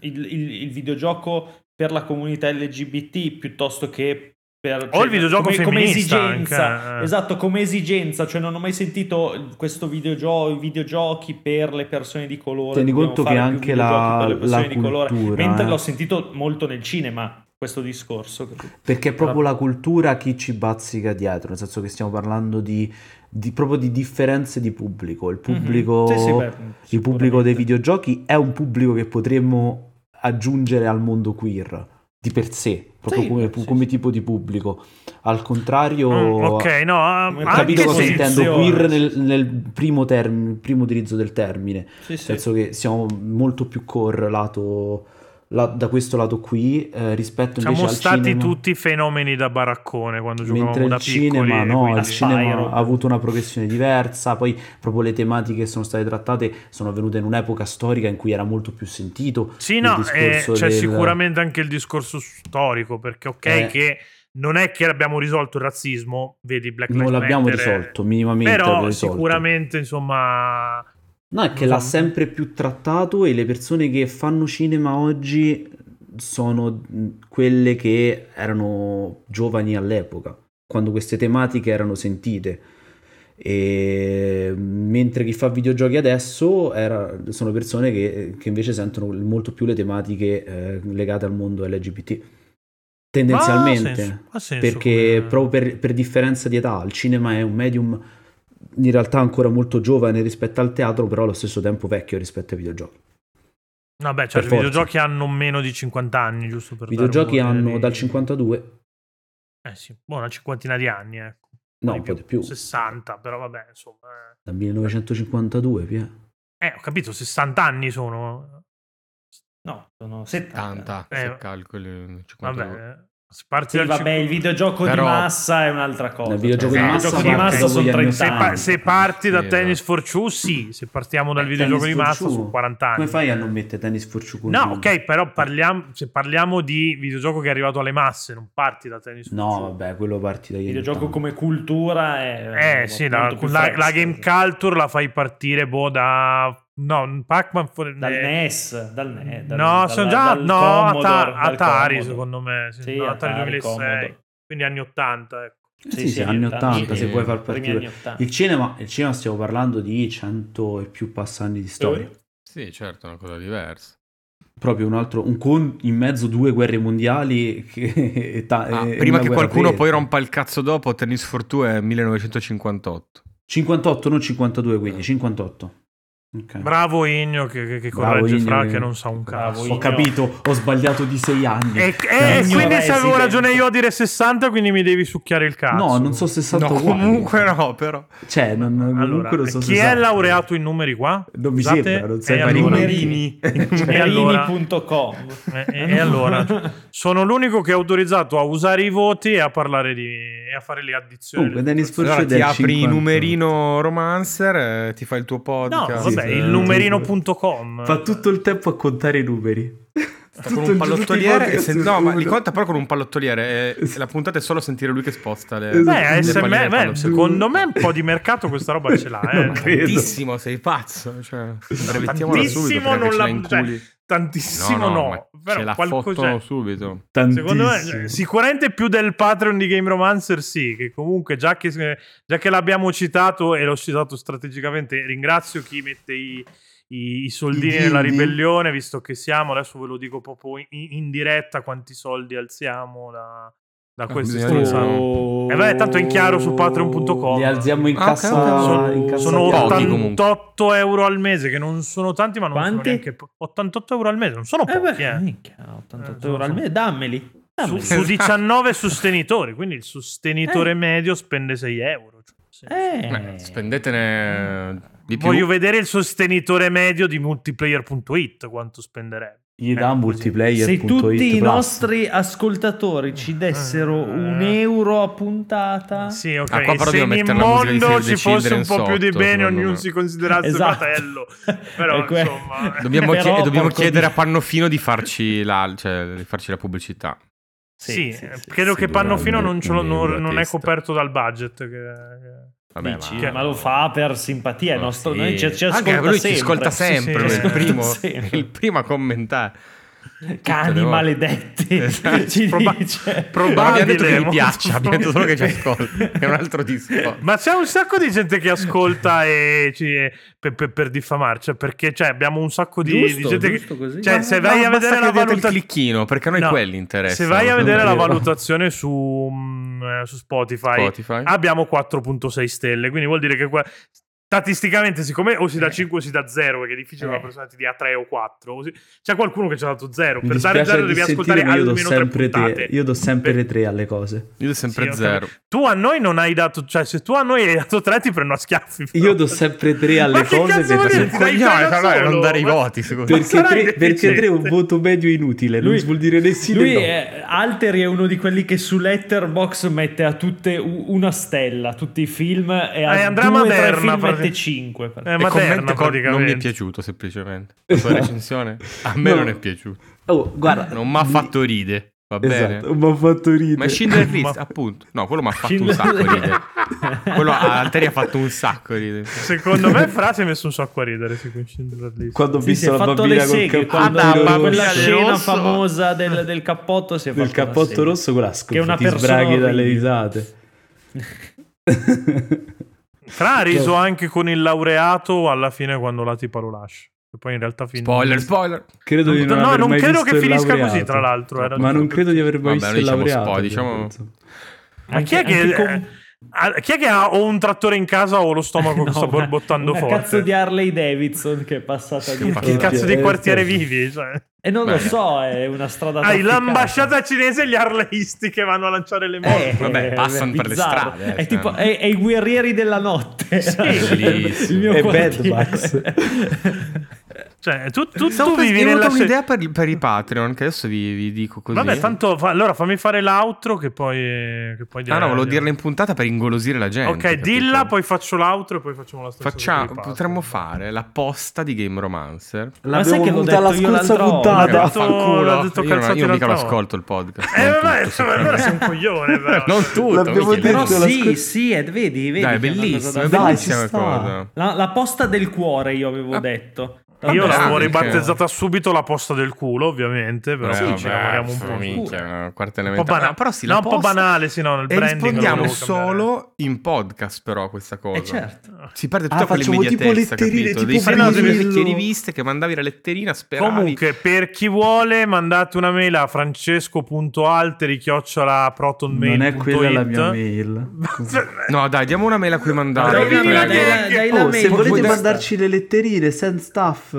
Speaker 4: il, il- il videogioco per la comunità LGBT piuttosto che per... cioè,
Speaker 1: O il videogioco
Speaker 4: come, come
Speaker 1: femminista
Speaker 4: esigenza,
Speaker 1: anche, eh.
Speaker 4: esatto, come esigenza, cioè non ho mai sentito questo videogioco, i videogiochi per le persone di colore.
Speaker 2: Tieni
Speaker 4: dobbiamo
Speaker 2: conto che
Speaker 4: fare più
Speaker 2: anche la-
Speaker 4: videogiochi per le persone
Speaker 2: la
Speaker 4: di colore,
Speaker 2: cultura,
Speaker 4: mentre
Speaker 2: eh.
Speaker 4: l'ho sentito molto nel cinema questo discorso. capito?
Speaker 2: Perché è proprio la cultura chi ci bazzica dietro, nel senso che stiamo parlando di, di- proprio di differenze di pubblico. Il
Speaker 3: Mhm.
Speaker 2: pubblico,
Speaker 4: Mhm. Sì, sì, beh,
Speaker 2: il pubblico
Speaker 4: sicuramente.
Speaker 2: dei videogiochi è un pubblico che potremmo aggiungere al mondo queer. di per sé, proprio
Speaker 4: Sì,
Speaker 2: come,
Speaker 4: sì,
Speaker 2: come
Speaker 4: sì.
Speaker 2: tipo di pubblico. Al contrario,
Speaker 1: Mm, ok, no, ah,
Speaker 4: Ho
Speaker 2: ho capito
Speaker 1: anche
Speaker 2: cosa
Speaker 1: sì.
Speaker 4: intendono.
Speaker 2: intendo
Speaker 4: posizione.
Speaker 2: queer nel, nel primo, term- primo utilizzo del termine, nel
Speaker 4: Sì, sì.
Speaker 2: senso che siamo molto più core lato, la- da questo lato qui eh, rispetto
Speaker 1: Siamo
Speaker 2: invece al
Speaker 1: stati
Speaker 2: cinema.
Speaker 1: tutti fenomeni da baraccone quando
Speaker 2: Mentre
Speaker 1: giocavamo da
Speaker 2: il
Speaker 1: piccoli. eh,
Speaker 2: cinema, no,
Speaker 1: quindi-
Speaker 2: il cinema
Speaker 4: Aspiro.
Speaker 2: ha avuto una progressione diversa, poi proprio le tematiche che sono state trattate sono avvenute in un'epoca storica in cui era molto più sentito.
Speaker 1: Sì,
Speaker 2: il
Speaker 1: no, eh,
Speaker 2: discorso
Speaker 1: c'è
Speaker 2: del-
Speaker 1: sicuramente anche il discorso storico, perché ok
Speaker 2: Eh.
Speaker 1: che non è che abbiamo risolto il razzismo, vedi Black Lives
Speaker 2: Non l'abbiamo
Speaker 1: Matter, eh,
Speaker 2: risolto minimamente.
Speaker 1: Però
Speaker 2: l'abbiamo risolto.
Speaker 1: sicuramente, insomma,
Speaker 2: No, è che
Speaker 1: lo
Speaker 2: l'ha
Speaker 1: so.
Speaker 2: sempre più trattato e le persone che fanno cinema oggi sono mh, quelle che erano giovani all'epoca, quando queste tematiche erano sentite. E mentre chi fa videogiochi adesso era- sono persone che, che invece sentono molto più le tematiche eh, legate al mondo LGBT.
Speaker 1: ma ha
Speaker 2: Tendenzialmente
Speaker 1: senso, ha senso
Speaker 2: perché
Speaker 1: come-
Speaker 2: proprio per, per differenza di età il cinema è un medium in realtà ancora molto giovane rispetto al teatro però allo stesso tempo vecchio rispetto ai videogiochi
Speaker 1: Vabbè, cioè, i
Speaker 2: per forza.
Speaker 1: videogiochi hanno meno di 50 anni, giusto per
Speaker 2: i videogiochi
Speaker 1: dare un'idea
Speaker 2: hanno
Speaker 1: di-
Speaker 2: dal 52
Speaker 1: Eh sì, boh, una cinquantina di anni, ecco.
Speaker 2: no un po' di più
Speaker 1: 60, però vabbè, insomma. eh.
Speaker 2: dal 1952 Pia.
Speaker 1: Eh, ho capito, 60 anni sono.
Speaker 4: No, sono 70.
Speaker 3: 80,
Speaker 1: Eh,
Speaker 3: se calcoli, 52.
Speaker 1: Vabbè, se parti
Speaker 4: Sì,
Speaker 1: dal
Speaker 4: vabbè, il
Speaker 1: cinqu-
Speaker 4: videogioco
Speaker 3: Però-
Speaker 4: di massa è un'altra cosa.
Speaker 2: Nel videogioco
Speaker 4: Cioè,
Speaker 1: Esatto. di massa
Speaker 4: il videogioco di
Speaker 1: parte
Speaker 4: massa
Speaker 1: dopo
Speaker 4: sono
Speaker 2: gli anni
Speaker 4: 30
Speaker 1: se, pa-
Speaker 4: anni.
Speaker 1: se parti da
Speaker 4: Esatto.
Speaker 3: Sì,
Speaker 1: Tennis for Two, sì. Se partiamo dal
Speaker 2: Eh,
Speaker 1: videogioco di
Speaker 2: Tennis for
Speaker 1: massa,
Speaker 2: Two.
Speaker 1: sono 40 anni.
Speaker 2: come fai a non mettere Tennis for Two con-
Speaker 1: Ah. No, ok, però parliamo, se parliamo di videogioco che è arrivato alle masse, non parti da Tennis for
Speaker 2: no
Speaker 1: Two.
Speaker 2: vabbè quello parti dagli
Speaker 4: Il
Speaker 2: anni
Speaker 4: videogioco
Speaker 2: 80.
Speaker 4: come cultura è
Speaker 1: Eh sì, la,
Speaker 4: molto più
Speaker 1: la-
Speaker 4: fresca,
Speaker 1: la game culture la fai partire boh da... No, Pac-Man... fuori-
Speaker 4: dal
Speaker 1: eh,
Speaker 4: NES, dal NES, dal-
Speaker 1: no,
Speaker 4: dalla-
Speaker 1: sono già...
Speaker 4: dal
Speaker 1: no,
Speaker 4: Commodore,
Speaker 1: Ata-
Speaker 4: dal
Speaker 1: Atari
Speaker 4: Commodore.
Speaker 1: secondo me. Sì,
Speaker 4: Sì,
Speaker 1: no, Atari
Speaker 4: Atari,
Speaker 1: 2006.
Speaker 4: Commodore.
Speaker 1: Quindi anni 80, ecco.
Speaker 2: Eh sì, sì, anni 80, se
Speaker 3: sì.
Speaker 2: vuoi far
Speaker 4: primi
Speaker 2: partire
Speaker 4: anni 80.
Speaker 2: il cinema, il cinema stiamo parlando di 100 e più passanti di storia
Speaker 3: Sì, certo, è una cosa diversa.
Speaker 2: proprio un altro un con in mezzo due guerre mondiali che- e ta-
Speaker 3: Ah,
Speaker 2: e
Speaker 3: prima
Speaker 2: una
Speaker 3: che
Speaker 2: guerra
Speaker 3: qualcuno
Speaker 2: fredda.
Speaker 3: poi rompa il cazzo dopo, Tennis for Two è 1958.
Speaker 2: 58 non 52
Speaker 3: Eh.
Speaker 2: quindi 58 Ok.
Speaker 4: Eh.
Speaker 1: Bravo Igno che, che, che
Speaker 2: Bravo
Speaker 1: corregge
Speaker 2: Igno
Speaker 1: Fra
Speaker 2: che-
Speaker 1: che non sa un
Speaker 4: Bravo
Speaker 1: cazzo.
Speaker 4: Igno.
Speaker 2: ho capito ho sbagliato di 6 anni
Speaker 1: E,
Speaker 2: Eh,
Speaker 1: e
Speaker 4: Igno
Speaker 1: quindi se
Speaker 4: resident.
Speaker 1: avevo ragione io a dire 60, quindi mi devi succhiare il cazzo.
Speaker 2: no non so 60
Speaker 3: No,
Speaker 2: uguali.
Speaker 3: comunque no, però.
Speaker 2: cioè non, non-
Speaker 1: Allora,
Speaker 2: comunque non so
Speaker 1: chi
Speaker 2: 60.
Speaker 1: è laureato in numeri qua?
Speaker 2: non mi
Speaker 1: Scusate,
Speaker 2: sembra non
Speaker 1: e
Speaker 2: sei
Speaker 1: allora-
Speaker 3: Numerini.
Speaker 1: Cioè, E allora-
Speaker 4: Merini.com.
Speaker 1: E, Eh, e- e allora
Speaker 4: Eh,
Speaker 1: sono l'unico che è autorizzato a usare i voti e a parlare di e a fare le addizioni.
Speaker 2: Comunque, Dennis Forse
Speaker 3: Allora
Speaker 2: del
Speaker 3: ti apri
Speaker 2: 58.
Speaker 3: numerino romancer, eh, ti fai il tuo
Speaker 1: No,
Speaker 3: podcast.
Speaker 1: vabbè,
Speaker 2: sì,
Speaker 1: il
Speaker 2: sì.
Speaker 1: numerino.com
Speaker 2: fa tutto il tempo a contare i numeri
Speaker 3: Sta con un pallottoliere. e se- no, ma li
Speaker 2: conta
Speaker 3: conta però con un pallottoliere. e- e la puntata è solo sentire lui che sposta le.
Speaker 2: Esatto.
Speaker 3: le
Speaker 1: Beh, SM,
Speaker 3: palline
Speaker 1: beh,
Speaker 3: del pallottoliere.
Speaker 1: secondo me un po' di mercato questa roba ce l'ha, eh.
Speaker 2: Non credo.
Speaker 3: Tantissimo, sei pazzo. Cioè, brevettiamola subito.
Speaker 1: Tantissimo
Speaker 3: perché
Speaker 1: non
Speaker 3: ce
Speaker 1: la
Speaker 3: in
Speaker 1: cioè,
Speaker 3: culi.
Speaker 1: tantissimo no,
Speaker 3: no, ma ce
Speaker 1: però
Speaker 3: la
Speaker 1: qualcosa
Speaker 3: fottono subito.
Speaker 1: Secondo me cioè, sicuramente più del Patreon di Game Romancer sì, che comunque già che, già che l'abbiamo citato e l'ho citato strategicamente, ringrazio chi mette i, i- i soldini
Speaker 2: I
Speaker 1: nella
Speaker 2: dindi.
Speaker 1: ribellione, visto che siamo, adesso ve lo dico proprio in, in diretta quanti soldi alziamo da,
Speaker 3: Ah,
Speaker 1: da questi
Speaker 3: bisogna dirlo.
Speaker 1: stronzati. Eh, beh, tanto è in chiaro su patreon.com.
Speaker 2: li alziamo in
Speaker 3: Ah,
Speaker 2: cassa
Speaker 3: cavolo.
Speaker 4: Sono-
Speaker 2: in cassa
Speaker 1: Sono
Speaker 2: piana.
Speaker 3: Pochi,
Speaker 1: 88 euro al mese, che non sono tanti, ma non sono
Speaker 4: Quanti?
Speaker 1: neanche po- 88 euro al mese, non sono
Speaker 4: Eh
Speaker 1: pochi.
Speaker 4: beh, eh,
Speaker 1: eh.
Speaker 4: minchia, 88
Speaker 1: Eh,
Speaker 4: euro al
Speaker 1: sono-
Speaker 4: mese, dammeli.
Speaker 1: su,
Speaker 4: dammeli.
Speaker 1: su 19 sostenitori, quindi il sostenitore
Speaker 4: Eh.
Speaker 1: medio spende 6 euro. cioè, sì.
Speaker 4: Eh,
Speaker 3: Beh, spendetene di più.
Speaker 1: Voglio vedere il sostenitore medio di multiplayer.it quanto spenderebbe.
Speaker 2: gli dà
Speaker 1: Eh,
Speaker 2: multiplayer
Speaker 4: Se
Speaker 2: punto it
Speaker 4: tutti i
Speaker 2: plus.
Speaker 4: nostri ascoltatori ci dessero
Speaker 1: Eh.
Speaker 4: un euro a puntata,
Speaker 1: Sì, ok.
Speaker 3: Ah, qua però
Speaker 1: Se
Speaker 3: devo
Speaker 1: in
Speaker 3: mettere la musica di
Speaker 1: mondo
Speaker 3: Save the
Speaker 1: ci fosse un po'
Speaker 3: Children
Speaker 1: più di
Speaker 3: sotto,
Speaker 1: bene,
Speaker 3: secondo
Speaker 1: ognuno
Speaker 3: me.
Speaker 1: si considerasse
Speaker 4: Esatto.
Speaker 1: fratello. Però
Speaker 4: È que-
Speaker 1: insomma, eh.
Speaker 3: Dobbiamo,
Speaker 4: Però,
Speaker 3: chie- dobbiamo
Speaker 4: porco
Speaker 3: chiedere
Speaker 4: di-
Speaker 3: a Pannofino di farci la, cioè, di farci la pubblicità.
Speaker 1: Sì,
Speaker 4: sì,
Speaker 1: eh,
Speaker 4: sì,
Speaker 1: credo
Speaker 3: sì,
Speaker 1: che Pannofino
Speaker 3: due-
Speaker 1: non, ce lo-
Speaker 3: un
Speaker 1: non-
Speaker 3: euro a
Speaker 1: non è
Speaker 3: testa.
Speaker 1: coperto dal budget. Che, che-
Speaker 3: Vabbè,
Speaker 4: Dici,
Speaker 1: ma-
Speaker 4: ma lo fa per simpatia. Il
Speaker 3: Ma
Speaker 4: nostro,
Speaker 3: sì.
Speaker 4: noi ci, ci
Speaker 3: Anche
Speaker 4: ascolta
Speaker 3: lui
Speaker 4: sempre.
Speaker 3: ci ascolta
Speaker 1: sì,
Speaker 3: sempre.
Speaker 1: sì,
Speaker 3: è il,
Speaker 1: ascolta
Speaker 3: primo,
Speaker 4: sempre.
Speaker 3: il primo a commentare. Tutte le
Speaker 4: Cani
Speaker 3: volte.
Speaker 4: maledetti.
Speaker 3: Esatto.
Speaker 4: Ci
Speaker 1: Proba-
Speaker 4: dice.
Speaker 3: Non abbiamo detto che
Speaker 1: Probabilmente.
Speaker 3: gli piaccia, abbiamo detto solo che ci ascolta. È un altro discorso.
Speaker 1: Ma c'è un sacco di gente che ascolta e ci- e- per, per- per diffamarci, perché cioè, abbiamo un sacco di, di
Speaker 4: Giusto,
Speaker 1: gente
Speaker 4: giusto
Speaker 1: che...
Speaker 4: così.
Speaker 1: Cioè,
Speaker 3: Ma-
Speaker 1: se
Speaker 3: ma
Speaker 1: vai a
Speaker 3: basta
Speaker 1: vedere
Speaker 3: che
Speaker 1: la
Speaker 3: diate il
Speaker 1: valuta-
Speaker 3: clicchino, perché a noi
Speaker 1: No,
Speaker 3: quelli interessano.
Speaker 1: Se vai a vedere la
Speaker 3: Vero.
Speaker 1: valutazione su, mm, eh, su Spotify,
Speaker 3: Spotify.
Speaker 1: Ah, abbiamo 4.6 stelle, quindi vuol dire che qua- statisticamente, siccome o si dà
Speaker 3: Eh.
Speaker 1: 5 o si dà 0, perché è difficile che
Speaker 3: Eh.
Speaker 1: una persona ti dia 3 o 4, o si- c'è qualcuno che ci ha dato 0.
Speaker 2: Mi
Speaker 1: Per dare
Speaker 2: dispiace
Speaker 1: 0 devi
Speaker 2: dissentire,
Speaker 1: ascoltare
Speaker 2: ma io do
Speaker 1: almeno 3
Speaker 2: sempre
Speaker 1: puntate.
Speaker 2: tre. Io do sempre tre alle cose.
Speaker 3: Io do
Speaker 1: Sì,
Speaker 3: sempre
Speaker 1: ho
Speaker 3: zero.
Speaker 1: capito. Tu a noi non hai dato, cioè se tu a noi hai dato 3 ti prendo a schiaffi. però.
Speaker 2: Io do sempre tre alle
Speaker 1: Ma che
Speaker 2: cose
Speaker 1: cazzo vuol
Speaker 2: perché,
Speaker 1: dire?
Speaker 3: Sei
Speaker 1: Ti
Speaker 3: un
Speaker 1: dai
Speaker 3: coglione,
Speaker 1: tre da
Speaker 3: allora
Speaker 1: solo,
Speaker 3: non dare i
Speaker 1: ma-
Speaker 3: voti, secondo me.
Speaker 1: Ma
Speaker 2: perché
Speaker 1: sarà
Speaker 2: tre, perché tre è un
Speaker 1: inefficiente.
Speaker 2: voto medio inutile.
Speaker 4: Lui-
Speaker 2: non vuol dire né sì né
Speaker 4: Lui
Speaker 2: no.
Speaker 4: è, Alteri è uno di quelli che su Letterbox mette a tutte u- una stella, tutti i film e a
Speaker 1: Eh, andrà a
Speaker 4: due, tre
Speaker 1: Maderna,
Speaker 4: film mette
Speaker 1: praticamente.
Speaker 4: 5.
Speaker 1: Eh,
Speaker 3: E
Speaker 1: ma
Speaker 3: commento con- non mi è
Speaker 1: praticamente.
Speaker 3: piaciuto semplicemente. La sua recensione a me
Speaker 2: No.
Speaker 3: non è piaciuta.
Speaker 2: Oh,
Speaker 1: Ah,
Speaker 2: guarda,
Speaker 3: Non mi ha
Speaker 2: mi-
Speaker 3: fatto ride, va bene?
Speaker 2: Esatto, mi ha fatto ridere.
Speaker 3: Ma Schindler List,
Speaker 1: Ma-
Speaker 3: appunto. No, quello mi ha fatto un
Speaker 4: Schindler-
Speaker 3: sacco ridere. Quello a Alteri ha fatto un sacco ridere.
Speaker 1: Secondo me Fra si è messo un sacco a ridere su quel Schindler List.
Speaker 2: Quando ho
Speaker 4: Sì, si
Speaker 2: visto
Speaker 4: è
Speaker 2: la
Speaker 4: fatto
Speaker 2: bambina
Speaker 4: le
Speaker 2: col
Speaker 4: seghe
Speaker 2: cappotto
Speaker 4: quando
Speaker 3: Ah, da,
Speaker 2: rosso,
Speaker 4: quella
Speaker 3: rosso.
Speaker 4: scena famosa del, del cappotto si è fatto
Speaker 2: del cappotto rosso con la
Speaker 4: Che è
Speaker 2: scopa,
Speaker 4: una
Speaker 2: ti
Speaker 4: persona
Speaker 2: sbraghi dalle
Speaker 4: orribile.
Speaker 2: risate.
Speaker 1: Fra ha riso anche con il laureato alla fine quando la tipa lo lascia. E poi in realtà fin-
Speaker 3: Spoiler, spoiler.
Speaker 2: Credo di non
Speaker 1: no,
Speaker 2: aver
Speaker 1: non
Speaker 2: mai
Speaker 1: credo
Speaker 2: visto
Speaker 1: che
Speaker 2: il
Speaker 1: finisca
Speaker 2: laureato.
Speaker 1: così, tra l'altro. era
Speaker 2: Ma non credo di aver mai
Speaker 3: Vabbè,
Speaker 2: visto il
Speaker 3: noi diciamo
Speaker 2: laureato.
Speaker 3: spoiler,
Speaker 2: cioè,
Speaker 3: diciamo-
Speaker 2: penso.
Speaker 1: Ma chi è che... ah, chi è che ha o un trattore in casa o lo stomaco che sta borbottando
Speaker 4: Eh, una
Speaker 1: forte?
Speaker 4: cazzo di Harley Davidson che è passata di
Speaker 1: Che cazzo di
Speaker 2: Eh,
Speaker 1: quartiere
Speaker 2: sì.
Speaker 1: vivi? Cioè?
Speaker 4: E non lo
Speaker 3: Bene.
Speaker 4: so, è una strada
Speaker 2: Ah,
Speaker 1: Hai
Speaker 4: trafficata.
Speaker 1: l'ambasciata cinese e gli arleisti che vanno a lanciare le morte.
Speaker 4: Eh,
Speaker 3: Vabbè, passano per le
Speaker 4: bizzarro.
Speaker 3: strade, eh,
Speaker 4: È tipo
Speaker 3: cioè.
Speaker 4: è, è i guerrieri della notte.
Speaker 3: Bellissimo.
Speaker 4: Il mio
Speaker 2: È
Speaker 4: quartiere.
Speaker 2: Bad Bugs.
Speaker 1: Cioè, tu, tu,
Speaker 3: Stavo
Speaker 1: tu
Speaker 3: per-
Speaker 1: vivi
Speaker 3: mi è venuta
Speaker 1: nella... se-
Speaker 3: un'idea per, per i Patreon, che adesso vi, vi dico così.
Speaker 1: Vabbè, tanto fa- allora fammi fare l'outro che poi... Che poi
Speaker 3: Ah no, volevo
Speaker 1: direi-
Speaker 3: dirla in puntata per ingolosire la gente.
Speaker 1: eh. Ok,
Speaker 3: capito?
Speaker 1: dilla, poi faccio l'outro e poi facciamo la stessa
Speaker 3: Facciamo,
Speaker 1: cosa.
Speaker 3: potremmo fare la posta di Game Romancer.
Speaker 4: Ma sai
Speaker 2: L'abbiamo
Speaker 4: che l'ho
Speaker 2: avuta la
Speaker 4: detto io
Speaker 2: scorsa
Speaker 4: l'altra
Speaker 2: puntata.
Speaker 1: volta? L'ha detto-
Speaker 3: Vaffanculo.
Speaker 1: l'ha detto
Speaker 3: io non,
Speaker 1: Calzati
Speaker 3: io mica lo
Speaker 1: l'altra volta.
Speaker 3: ascolto il podcast.
Speaker 1: Eh,
Speaker 3: non
Speaker 1: vabbè,
Speaker 3: tutto,
Speaker 1: insomma,
Speaker 3: secondo
Speaker 1: allora
Speaker 3: me.
Speaker 1: sei un coglione, però. cioè.
Speaker 3: Non tutto,
Speaker 2: L'abbiamo
Speaker 3: Michele,
Speaker 2: detto
Speaker 3: no,
Speaker 4: Però
Speaker 2: Detto la
Speaker 4: sì,
Speaker 2: scorsa-
Speaker 4: sì, è, vedi, vedi.
Speaker 3: Dai, è
Speaker 4: che è una cosa
Speaker 3: bellissimo,
Speaker 4: da-
Speaker 3: è
Speaker 2: Dai,
Speaker 3: bellissima
Speaker 2: ci sta.
Speaker 3: cosa.
Speaker 4: La, la posta del cuore io avevo
Speaker 3: Ah.
Speaker 4: detto.
Speaker 1: Io
Speaker 3: Vabbè, ah.
Speaker 1: l'avevo
Speaker 3: anche.
Speaker 1: ribattezzata subito la posta del culo, ovviamente, però
Speaker 3: Eh,
Speaker 1: sì,
Speaker 3: vabbè,
Speaker 1: ci lavoriamo un
Speaker 3: sto
Speaker 1: po'. su.
Speaker 3: minchia, no, quarta
Speaker 1: Un po'
Speaker 3: elementare.
Speaker 1: banale,
Speaker 3: No, però sì,
Speaker 1: no,
Speaker 3: la
Speaker 1: un po'
Speaker 3: posta-
Speaker 1: banale, sì, no, il
Speaker 3: E
Speaker 1: branding
Speaker 3: rispondiamo
Speaker 1: lo volevo cambiare.
Speaker 3: solo in podcast, però, questa cosa.
Speaker 4: Eh, certo.
Speaker 3: Si perde
Speaker 2: Ah,
Speaker 3: tutta
Speaker 2: facciamo tipo
Speaker 3: quell'immediatezza,
Speaker 2: letterine,
Speaker 3: capito?
Speaker 2: tipo
Speaker 3: Dei film
Speaker 1: Brillo.
Speaker 3: delle vecchie riviste che mandavi la letterina, speravi.
Speaker 1: Comunque, per chi vuole, mandate una mail a francesco.alteri@protonmail.it.
Speaker 2: Non è quella la mia mail.
Speaker 3: No, dai, diamo una mail a cui mandare.
Speaker 1: Dai,
Speaker 3: prego.
Speaker 1: dai,
Speaker 4: la-
Speaker 1: dai, dai,
Speaker 4: dai la
Speaker 2: Oh, se
Speaker 4: mail,
Speaker 2: volete
Speaker 4: puoi-
Speaker 2: mandarci le letterine, send stuff.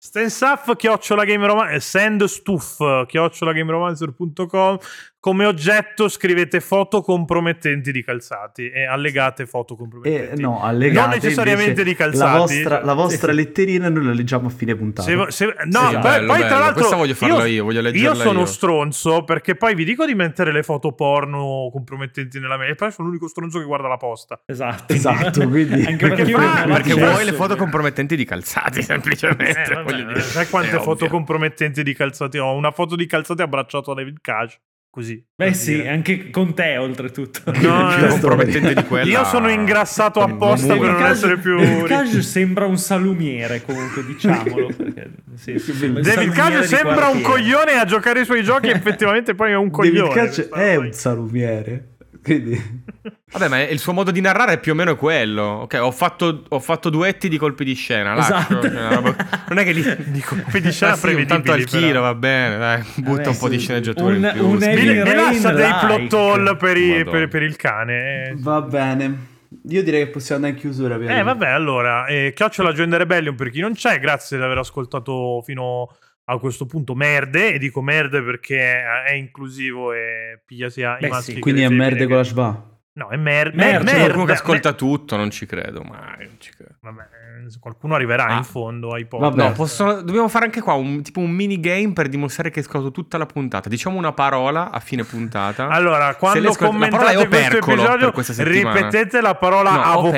Speaker 1: Stensaff chiocciola eh, sendstuff chiocciolagameromancer.com come oggetto scrivete foto compromettenti di calzati e allegate foto
Speaker 2: E
Speaker 1: compromettenti.
Speaker 2: eh, no, allegate
Speaker 1: Non necessariamente
Speaker 2: invece
Speaker 1: di calzati.
Speaker 2: La vostra, la vostra
Speaker 1: Sì, sì.
Speaker 2: letterina noi la leggiamo a fine puntata.
Speaker 1: Se vo- se- no,
Speaker 3: Sì,
Speaker 1: poi-
Speaker 3: bello,
Speaker 1: Ah, poi
Speaker 3: bello.
Speaker 1: tra l'altro
Speaker 3: Questa voglio farla io, voglio leggerla
Speaker 1: sono
Speaker 3: io.
Speaker 1: stronzo perché poi vi dico di mettere le foto porno compromettenti nella mail e poi sono l'unico stronzo che guarda la posta.
Speaker 4: Esatto.
Speaker 2: Esatto, quindi-
Speaker 4: Anche perché,
Speaker 1: Perché
Speaker 4: io-
Speaker 1: fa-
Speaker 3: Perché
Speaker 1: Cioè,
Speaker 3: vuoi le
Speaker 1: sì.
Speaker 3: foto compromettenti di calzati, semplicemente.
Speaker 1: Eh, vabbè,
Speaker 3: voglio dire.
Speaker 1: sai quante
Speaker 3: È
Speaker 1: foto
Speaker 3: ovvio.
Speaker 1: compromettenti di calzati ho? Una foto di calzati abbracciato a David Cage, così.
Speaker 4: Beh
Speaker 1: per
Speaker 4: sì,
Speaker 1: dire.
Speaker 4: anche con te oltretutto.
Speaker 1: No,
Speaker 3: eh. più
Speaker 1: eh,
Speaker 3: compromettente di quella?
Speaker 1: Io sono ingrassato apposta
Speaker 3: Non
Speaker 1: per non
Speaker 3: muore.
Speaker 1: essere più.
Speaker 4: David Cage sembra un salumiere comunque, diciamolo. perché, sì, un
Speaker 1: David
Speaker 4: salumiere
Speaker 1: Cage
Speaker 4: di
Speaker 1: sembra un
Speaker 4: quartiere.
Speaker 1: coglione a giocare i suoi giochi, e effettivamente poi è un coglione.
Speaker 2: David Cage
Speaker 1: Questa
Speaker 2: è
Speaker 1: roba
Speaker 2: un salumiere. Quindi...
Speaker 1: Eh,
Speaker 3: Vabbè, ma il suo modo di narrare è più o meno quello. Ok, ho fatto, ho fatto duetti di colpi di scena. Lascio.
Speaker 4: Esatto.
Speaker 3: Cioè, una roba- Non è che li
Speaker 1: Di colpi di scena
Speaker 3: Ah, sì, un tanto al
Speaker 1: prevedibili, però.
Speaker 3: chilo, va bene. Dai, butta
Speaker 4: Vabbè,
Speaker 3: un po' di
Speaker 4: sì.
Speaker 3: sceneggiatura in
Speaker 4: Un-
Speaker 3: più.
Speaker 4: un
Speaker 3: sì.
Speaker 1: Mi,
Speaker 4: Heavy
Speaker 1: mi
Speaker 4: Rain
Speaker 1: lascia dei
Speaker 4: like.
Speaker 1: plot hole per, i-
Speaker 3: Madonna.
Speaker 1: per- per il cane. eh.
Speaker 2: Va bene. Io direi che possiamo andare in chiusura.
Speaker 1: Eh, vabbè, allora, eh, chiocciola Agenda Rebellion per chi non c'è, grazie di aver ascoltato fino a questo punto merde, e dico merde perché è inclusivo e piglia sia
Speaker 4: Beh,
Speaker 1: i maschi.
Speaker 4: sì,
Speaker 1: che
Speaker 2: Quindi
Speaker 1: le
Speaker 2: è
Speaker 1: femmine,
Speaker 2: merde
Speaker 1: che-
Speaker 2: con la schwa.
Speaker 1: No, è mer- mer- merda.
Speaker 4: Merda, c'è
Speaker 3: C'è qualcuno che
Speaker 1: mer-
Speaker 3: ascolta tutto, non ci credo mai. non ci credo.
Speaker 1: Vabbè, eh, qualcuno arriverà
Speaker 3: Ah.
Speaker 1: in fondo ai
Speaker 2: Vabbè.
Speaker 1: podcast.
Speaker 3: No, possono- dobbiamo fare anche qua un, tipo un minigame per dimostrare che ascolto tutta la puntata. Diciamo una parola a fine puntata.
Speaker 1: Allora,
Speaker 3: Se
Speaker 1: quando
Speaker 3: le ascol- la parola è
Speaker 1: commentate questo
Speaker 3: opercolo
Speaker 1: episodio,
Speaker 3: per questa settimana.
Speaker 1: ripetete la parola
Speaker 3: No,
Speaker 1: avocado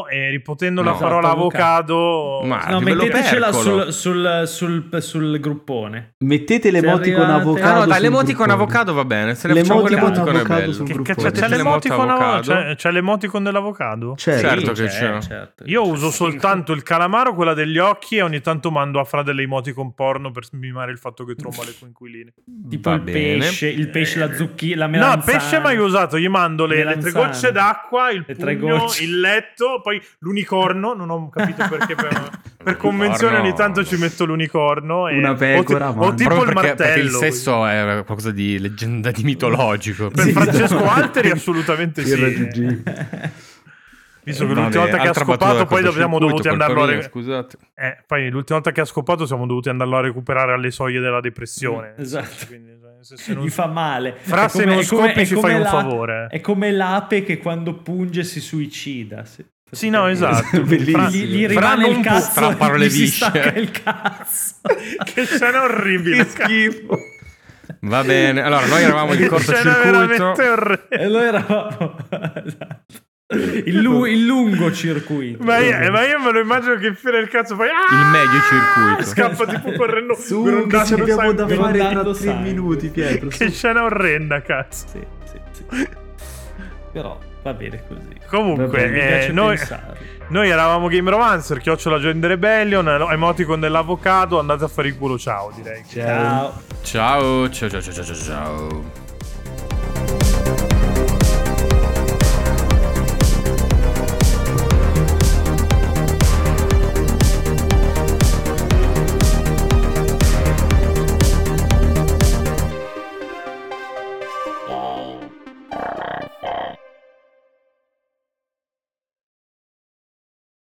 Speaker 3: opercolo.
Speaker 1: e ripetendo la
Speaker 3: No.
Speaker 1: parola
Speaker 4: Esatto,
Speaker 1: avocado...
Speaker 3: Ma-
Speaker 4: No,
Speaker 3: Di quello
Speaker 4: mettetecela
Speaker 3: percolo.
Speaker 4: sul, sul, sul, sul gruppone.
Speaker 2: Mettete
Speaker 4: Se
Speaker 2: l'emoticon
Speaker 4: arrivate-
Speaker 2: avocado.
Speaker 3: Ah no, dai,
Speaker 2: sul
Speaker 3: l'emoticon
Speaker 2: gruppone.
Speaker 3: avocado va bene. Se ne facciamo
Speaker 2: L'emoticon
Speaker 3: con l'emoticon è
Speaker 2: avocado
Speaker 3: bello.
Speaker 2: sul
Speaker 1: Che
Speaker 2: gruppo.
Speaker 1: cazzo- c'è
Speaker 3: Mettete
Speaker 1: l'emoticon,
Speaker 3: l'emoto avocado.
Speaker 1: c'è, c'è l'emoticon dell'avocado?
Speaker 2: Certo.
Speaker 3: Certo che c'è.
Speaker 4: certo.
Speaker 1: Io uso soltanto il calamaro, quella degli occhi e ogni tanto mando a Fra delle emoticon porno per mimare il fatto che tromba le coinquiline.
Speaker 4: tipo
Speaker 3: Va
Speaker 4: il
Speaker 3: bene.
Speaker 4: pesce, il pesce, la zucchina, la
Speaker 1: No, il
Speaker 4: melanzana.
Speaker 1: pesce mai usato, gli mando le, le tre
Speaker 4: Melanzana.
Speaker 1: gocce d'acqua, il
Speaker 4: Le tre
Speaker 1: pugno,
Speaker 4: gocce.
Speaker 1: il letto, poi l'unicorno, non ho capito perché per, per convenzione
Speaker 3: L'unicorno.
Speaker 1: ogni tanto ci metto l'unicorno e
Speaker 2: Una
Speaker 1: o ti-
Speaker 2: pecora,
Speaker 1: o,
Speaker 2: mano.
Speaker 1: tipo
Speaker 3: Proprio
Speaker 1: il
Speaker 3: perché,
Speaker 1: martello.
Speaker 3: perché il
Speaker 1: così.
Speaker 3: sesso è qualcosa di leggenda di mitologico.
Speaker 1: Per
Speaker 2: Sì,
Speaker 1: Francesco
Speaker 2: esatto.
Speaker 1: Alteri assolutamente sì.
Speaker 2: Irraggiungibile.
Speaker 1: Vi
Speaker 3: Eh,
Speaker 1: Visto che l'ultima volta che ha scopato, poi dobbiamo dovuti andarlo a
Speaker 3: recuperare.
Speaker 1: recuperare.
Speaker 3: Scusate.
Speaker 1: Eh, poi l'ultima volta che ha scopato siamo dovuti andarlo a recuperare alle soglie della depressione.
Speaker 4: Mm, esatto.
Speaker 1: Quindi, cioè, se- se non-
Speaker 4: Gli fa male.
Speaker 1: Fra,
Speaker 4: È
Speaker 1: se non
Speaker 4: è è
Speaker 1: scoppi ci
Speaker 4: come
Speaker 1: fai un
Speaker 4: la-
Speaker 1: favore.
Speaker 4: È come l'ape che quando punge si suicida. Sì,
Speaker 1: Sì, no, esatto.
Speaker 2: Bellissimo.
Speaker 1: Fra-
Speaker 4: Gli,
Speaker 3: Fra
Speaker 4: gli rimane
Speaker 1: non
Speaker 4: il
Speaker 1: pu-
Speaker 4: cazzo
Speaker 3: tra parole
Speaker 4: gli si
Speaker 3: lisce.
Speaker 4: stacca il cazzo.
Speaker 1: che scena orribile.
Speaker 2: schifo.
Speaker 3: Va bene, allora noi eravamo di
Speaker 1: Che scena Cioè,
Speaker 3: cortocircuito.
Speaker 1: veramente orribile.
Speaker 4: e noi eravamo... il, lu- il lungo circuito.
Speaker 1: Ma io, ma io me lo immagino che infila il cazzo poi ah,
Speaker 3: Il medio circuito.
Speaker 1: scappa tipo correndo
Speaker 2: Su, che ci
Speaker 1: grondando
Speaker 2: abbiamo da
Speaker 1: sangue.
Speaker 2: fare tra
Speaker 4: grondando
Speaker 2: tre
Speaker 4: sangue.
Speaker 2: minuti, Pietro.
Speaker 1: che
Speaker 2: su.
Speaker 1: scena orrenda cazzo
Speaker 4: Sì, sì, sì. Però va bene così.
Speaker 1: comunque
Speaker 4: Mi
Speaker 1: eh,
Speaker 4: piace
Speaker 1: noi,
Speaker 4: pensare.
Speaker 1: noi eravamo Game Romancer Chiocciola Join the Rebellion Emoticon dell'avvocato andate a fare il culo ciao direi
Speaker 2: Ciao.
Speaker 4: Ciao.
Speaker 3: Ciao, ciao, ciao, ciao, ciao, ciao.